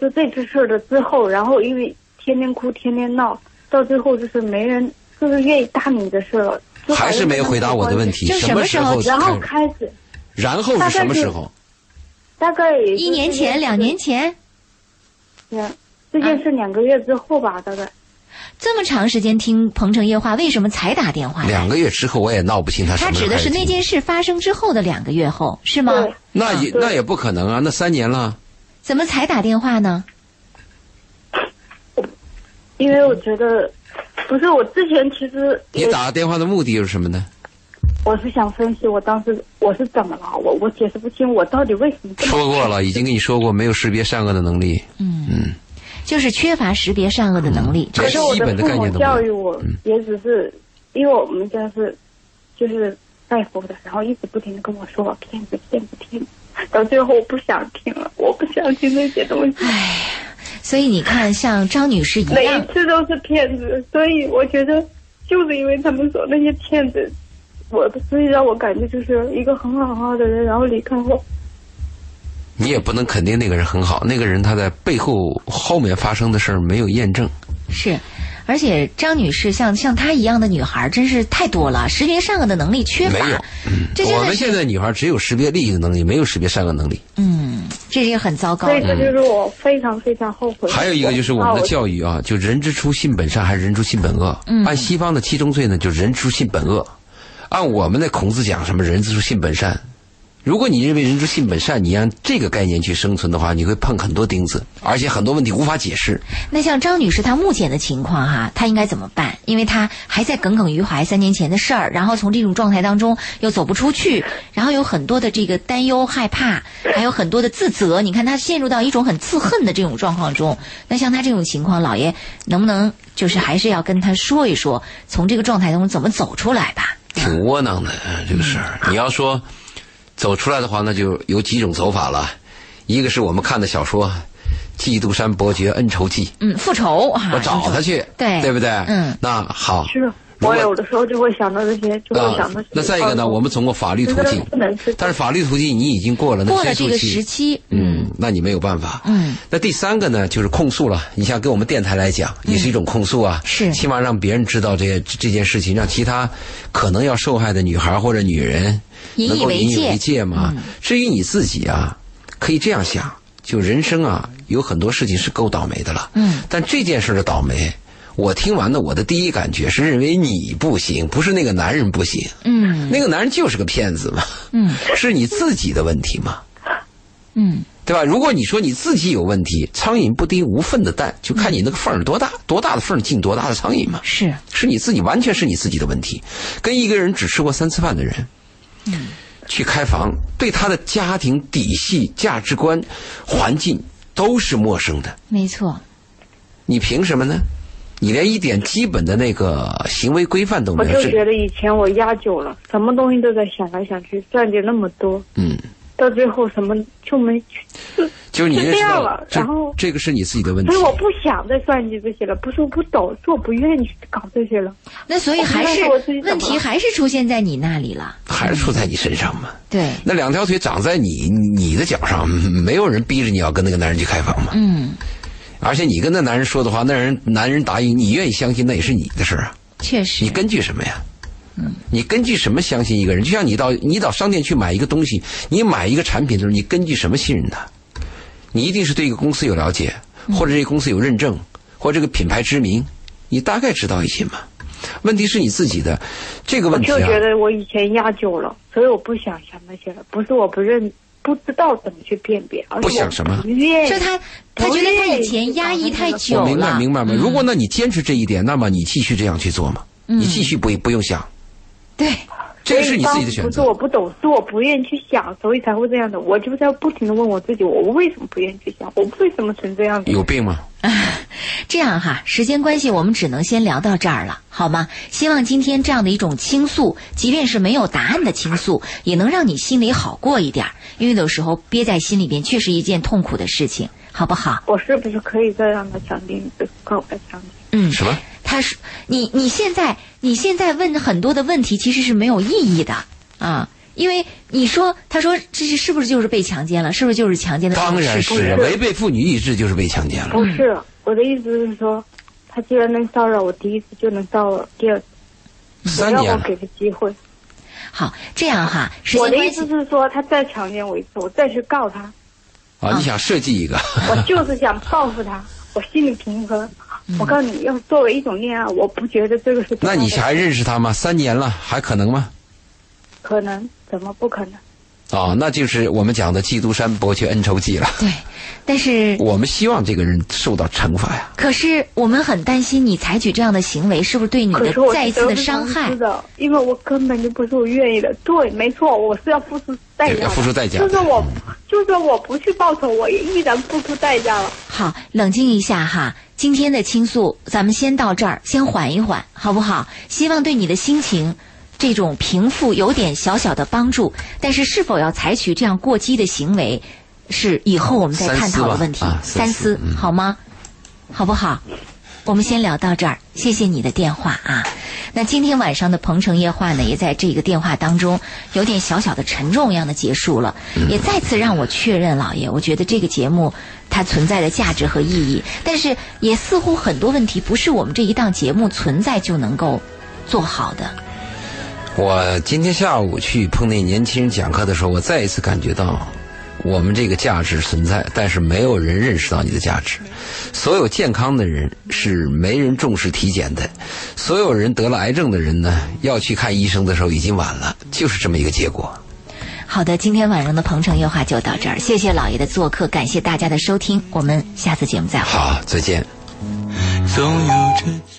C: 就这次事儿的之后，然后因为天天哭天天闹，到最后就是没人就是愿意搭理你的事了，就好像
B: 还是没有回答我的问题？
A: 就
B: 什么时候
A: 什
C: 然
B: 开
C: 后
B: 始？
C: 开始
B: 然后是什么时候？
C: 大概也就是
A: 一年前、啊两年前
C: 前，这件事两个月之后吧，大概。
A: 这么长时间听《鹏城夜话》，为什么才打电话来？
B: 两个月之后，我也闹不清他什
A: 哎他
B: 么
A: 指
B: 时候
A: 的
B: 开
A: 是
B: 始
A: 那
B: 听。
A: 件事发生之后的两个月后，是吗？
C: 对，
B: 那也
C: 对
B: 那也不可能啊！那三年了，
A: 怎么才打电话呢？
C: 因为我觉得，不是我之前其实
B: 你
C: 也
B: 打电话的目的又是什么呢？
C: 我是想分析我当时我是怎么了，我我解释不清我到底为什么这么
B: 说过了，已经跟你说过，没有识别善恶的能力。
A: 嗯就是缺乏识别善恶的能力。
C: 可
B: 连
C: 是我
B: 基本的
C: 父
B: 概念都
C: 母
B: 没
C: 教
B: 有。嗯
C: 育我，也只是因为我们家是就是拜佛的，然后一直不停的跟我说骗子骗子骗子，到最后我不想听了，我不想听那些东西，
B: 嗯
A: 所以你看，像张女士一
C: 每
A: 样
C: 一，次都是骗子，所以我觉得就是因为他们说那些骗子，我所以让我感觉就是一个很好很好的人，然后离开后。
B: 你也不能肯定那个人很好，那个人他在背后后面发生的事儿没有验证。
A: 是，而且张女士像像她一样的女孩，真是太多了，识别善恶的能力缺乏。
B: 没有嗯
A: 这真
B: 我
A: 的
B: 们
A: 是
B: 现在女孩只有识别利益的能力，没有识别善恶能力。
A: 嗯，这是一个很糟糕
C: 所以
A: 的。
C: 这就是我非常非常后悔。哦
B: 还有一个就是我们的教育啊，就人之初性本善，还是人之初性本恶？
A: 嗯
B: 按西方的七宗罪呢，就人之初性本恶；按我们的孔子讲什么人之初性本善。如果你认为人之初性本善，你按这个概念去生存的话，你会碰很多钉子，而且很多问题无法解释。
A: 那像张女士她目前的情况哈、她应该怎么办？因为她还在耿耿于怀三年前的事儿，然后从这种状态当中又走不出去，然后有很多的这个担忧、害怕，还有很多的自责。你看她陷入到一种很自恨的这种状况中。那像她这种情况，老爷能不能就是还是要跟她说一说，从这个状态当中怎么走出来吧？
B: 挺窝囊的这个事儿。你要说走出来的话，那就有几种走法了。一个是我们看的小说《基督山伯爵恩仇记》，
A: 嗯，复仇哈，
B: 我找他去，
A: 对
B: 对不对？
A: 嗯，
B: 那好。
C: 是，
B: 如果
C: 我有的时候就会想到这些，就会
B: 啊
C: 想到这些。
B: 那再一个呢，我们通过法律途径
C: 不能吃，
B: 但是法律途径你已经过了那
A: 过了这
B: 追诉
A: 个时
B: 期，
A: 期，
B: 嗯，那你没有办法。
A: 嗯，
B: 那第三个呢，就是控诉了。你像跟我们电台来讲，也是一种控诉啊，
A: 嗯是
B: 起码让别人知道这这件事情，让其他可能要受害的女孩或者女人
A: 引以
B: 能够
A: 为
B: 引以
A: 戒嗯
B: 为戒嘛。至于你自己啊，可以这样想，就人生啊，有很多事情是够倒霉的了。
A: 嗯，
B: 但这件事的倒霉。我听完的，我的第一感觉是认为你不行，不是那个男人不行，
A: 嗯
B: 那个男人就是个骗子嘛，
A: 嗯
B: 是你自己的问题嘛，
A: 嗯，
B: 对吧？如果你说你自己有问题，苍蝇不叮无缝的蛋，就看你那个缝儿多
C: 嗯
B: 大，多大的缝儿进多大的苍蝇嘛，
A: 是
B: 是你自己，完全是你自己的问题。跟一个人只吃过三次饭的人，
C: 嗯
B: 去开房，对他的家庭底细、价值观、环境都是陌生的，
A: 没错，
B: 你凭什么呢？你连一点基本的那个行为规范都
C: 我
B: 没有，
C: 就觉
B: 这
C: 得以前我压久了，什么东西都在想来想去，赚点那么多，
B: 嗯。
C: 到最后什么就没去。
B: 就是你认识到
C: 就这样了
B: 这
C: 然后
B: 这个是你自己的问题
C: 所以。我不想再算计这些了，不是我不懂，是我不愿意去搞这些了。
A: 那所以还是
C: 我不知道是我自己怎么
A: 问
C: 了
A: 题还是出现在你那里了。
B: 还是出在你身上嘛？
A: 对，
B: 那两条腿长在你你的脚上，没有人逼着你要跟那个男人去开房嘛。
A: 嗯，
B: 而且你跟那男人说的话，那人男人答应，你愿意相信，那也是你的事儿啊。
A: 确
B: 你
A: 实，
B: 根据什么呀？
C: 嗯
B: 你根据什么相信一个人？就像你到你到商店去买一个东西，你买一个产品的时候，你根据什么信任它？你一定是对一个公司有了解，
C: 嗯
B: 或者这个公司有认证，或者这个品牌知名，你大概知道一些嘛。问题是你自己的这个
C: 我
B: 问题
C: 就
B: 啊。
C: 觉得我以前压久了，所以我不想想那些了。不是我不认，不知道怎么去辨别，而
B: 不
C: 是
B: 想
C: 我
B: 什么
C: 不愿意
A: 就他他觉得他以前压抑太久了，
B: 哦我明白明白吗？
A: 嗯
B: 如果
D: 嗯
B: 呢你坚持这一点，那么你继续这样去做嘛，你继续不不用想，
A: 对，
B: 这个是你自己的选
D: 不是
B: 择
D: 我。不懂，是我不愿意去想，所以才会这样的。我就是要不停的问我自己，我为什么不愿意去想？我为什么成这样子？
B: 有病吗？
A: 这样哈，时间关系，我们只能先聊到这儿了，好吗？希望今天这样的一种倾诉，即便是没有答案的倾诉，也能让你心里好过一点儿，因为有时候憋在心里边确实一件痛苦的事情，好不好？
D: 我是不是可以再让他强奸一次？快我再强奸！
A: 嗯，
B: 什么？
A: 他说你你现在你现在问很多的问题其实是没有意义的啊，因为你说他说这是是不是就是被强奸了？是不是就是强
D: 嗯
A: 奸的
B: 当
A: 事
B: 然
A: 实
B: 是啊违背妇女意志就是被强奸了。
D: 不是，我的意思是说，他既然能骚扰我第一次，就能骚扰第二次，只
B: 三
D: 嗯要
B: 年
D: 我
B: 了，
D: 给他机会。
A: 好，这样哈，时
D: 我
A: 间
D: 的意
A: 关系，
D: 思是说，他再强奸我一次，我再去告他，嗯
B: 啊，你想设计一个？
D: 我就是想报复他，我心里平衡。我告诉你，要作为一种恋爱，我不觉得这个是对
B: 嗯那你
D: 他的
B: 还认识他吗？三年了，还可能吗？
D: 可能怎么不可能？
B: 啊、那就是我们讲的基督山伯爵恩仇记了。
A: 对，但是
B: 我们希望这个人受到惩罚呀。
A: 可是我们很担心你采取这样的行为是不是对你
D: 可
A: 的
D: 是我
A: 再一次的伤害
D: 是？的，因为我根本就不是我愿意的。对，没错，我是要付出代价的，
B: 对要付出代价的
D: 就是我，就是我不去报仇，我也依然付出代价了。
A: 好，冷静一下哈。今天的倾诉，咱们先到这儿，先缓一缓，好不好？希望对你的心情这种平复有点小小的帮助。但是，是否要采取这样过激的行为，是以后我们再探讨的问题。
B: 三思吧啊三思嗯
A: 好吗？好不好？我们先聊到这儿，谢谢你的电话啊。那今天晚上的《鹏城夜话》呢，也在这个电话当中有点小小的沉重一样的结束了，也再次让我确认，老爷，我觉得这个节目它存在的价值和意义，但是也似乎很多问题不是我们这一档节目存在就能够做好的。
B: 我今天下午去碰那年轻人讲课的时候，我再一次感觉到，我们这个价值存在，但是没有人认识到你的价值。所有健康的人是没人重视体检的，所有人得了癌症的人呢，要去看医生的时候已经晚了，就是这么一个结果。
A: 好的，今天晚上的《鹏城夜话》就到这儿，谢谢老爷的做客，感谢大家的收听，我们下次节目再会。
B: 好，再见。
E: 总有着最。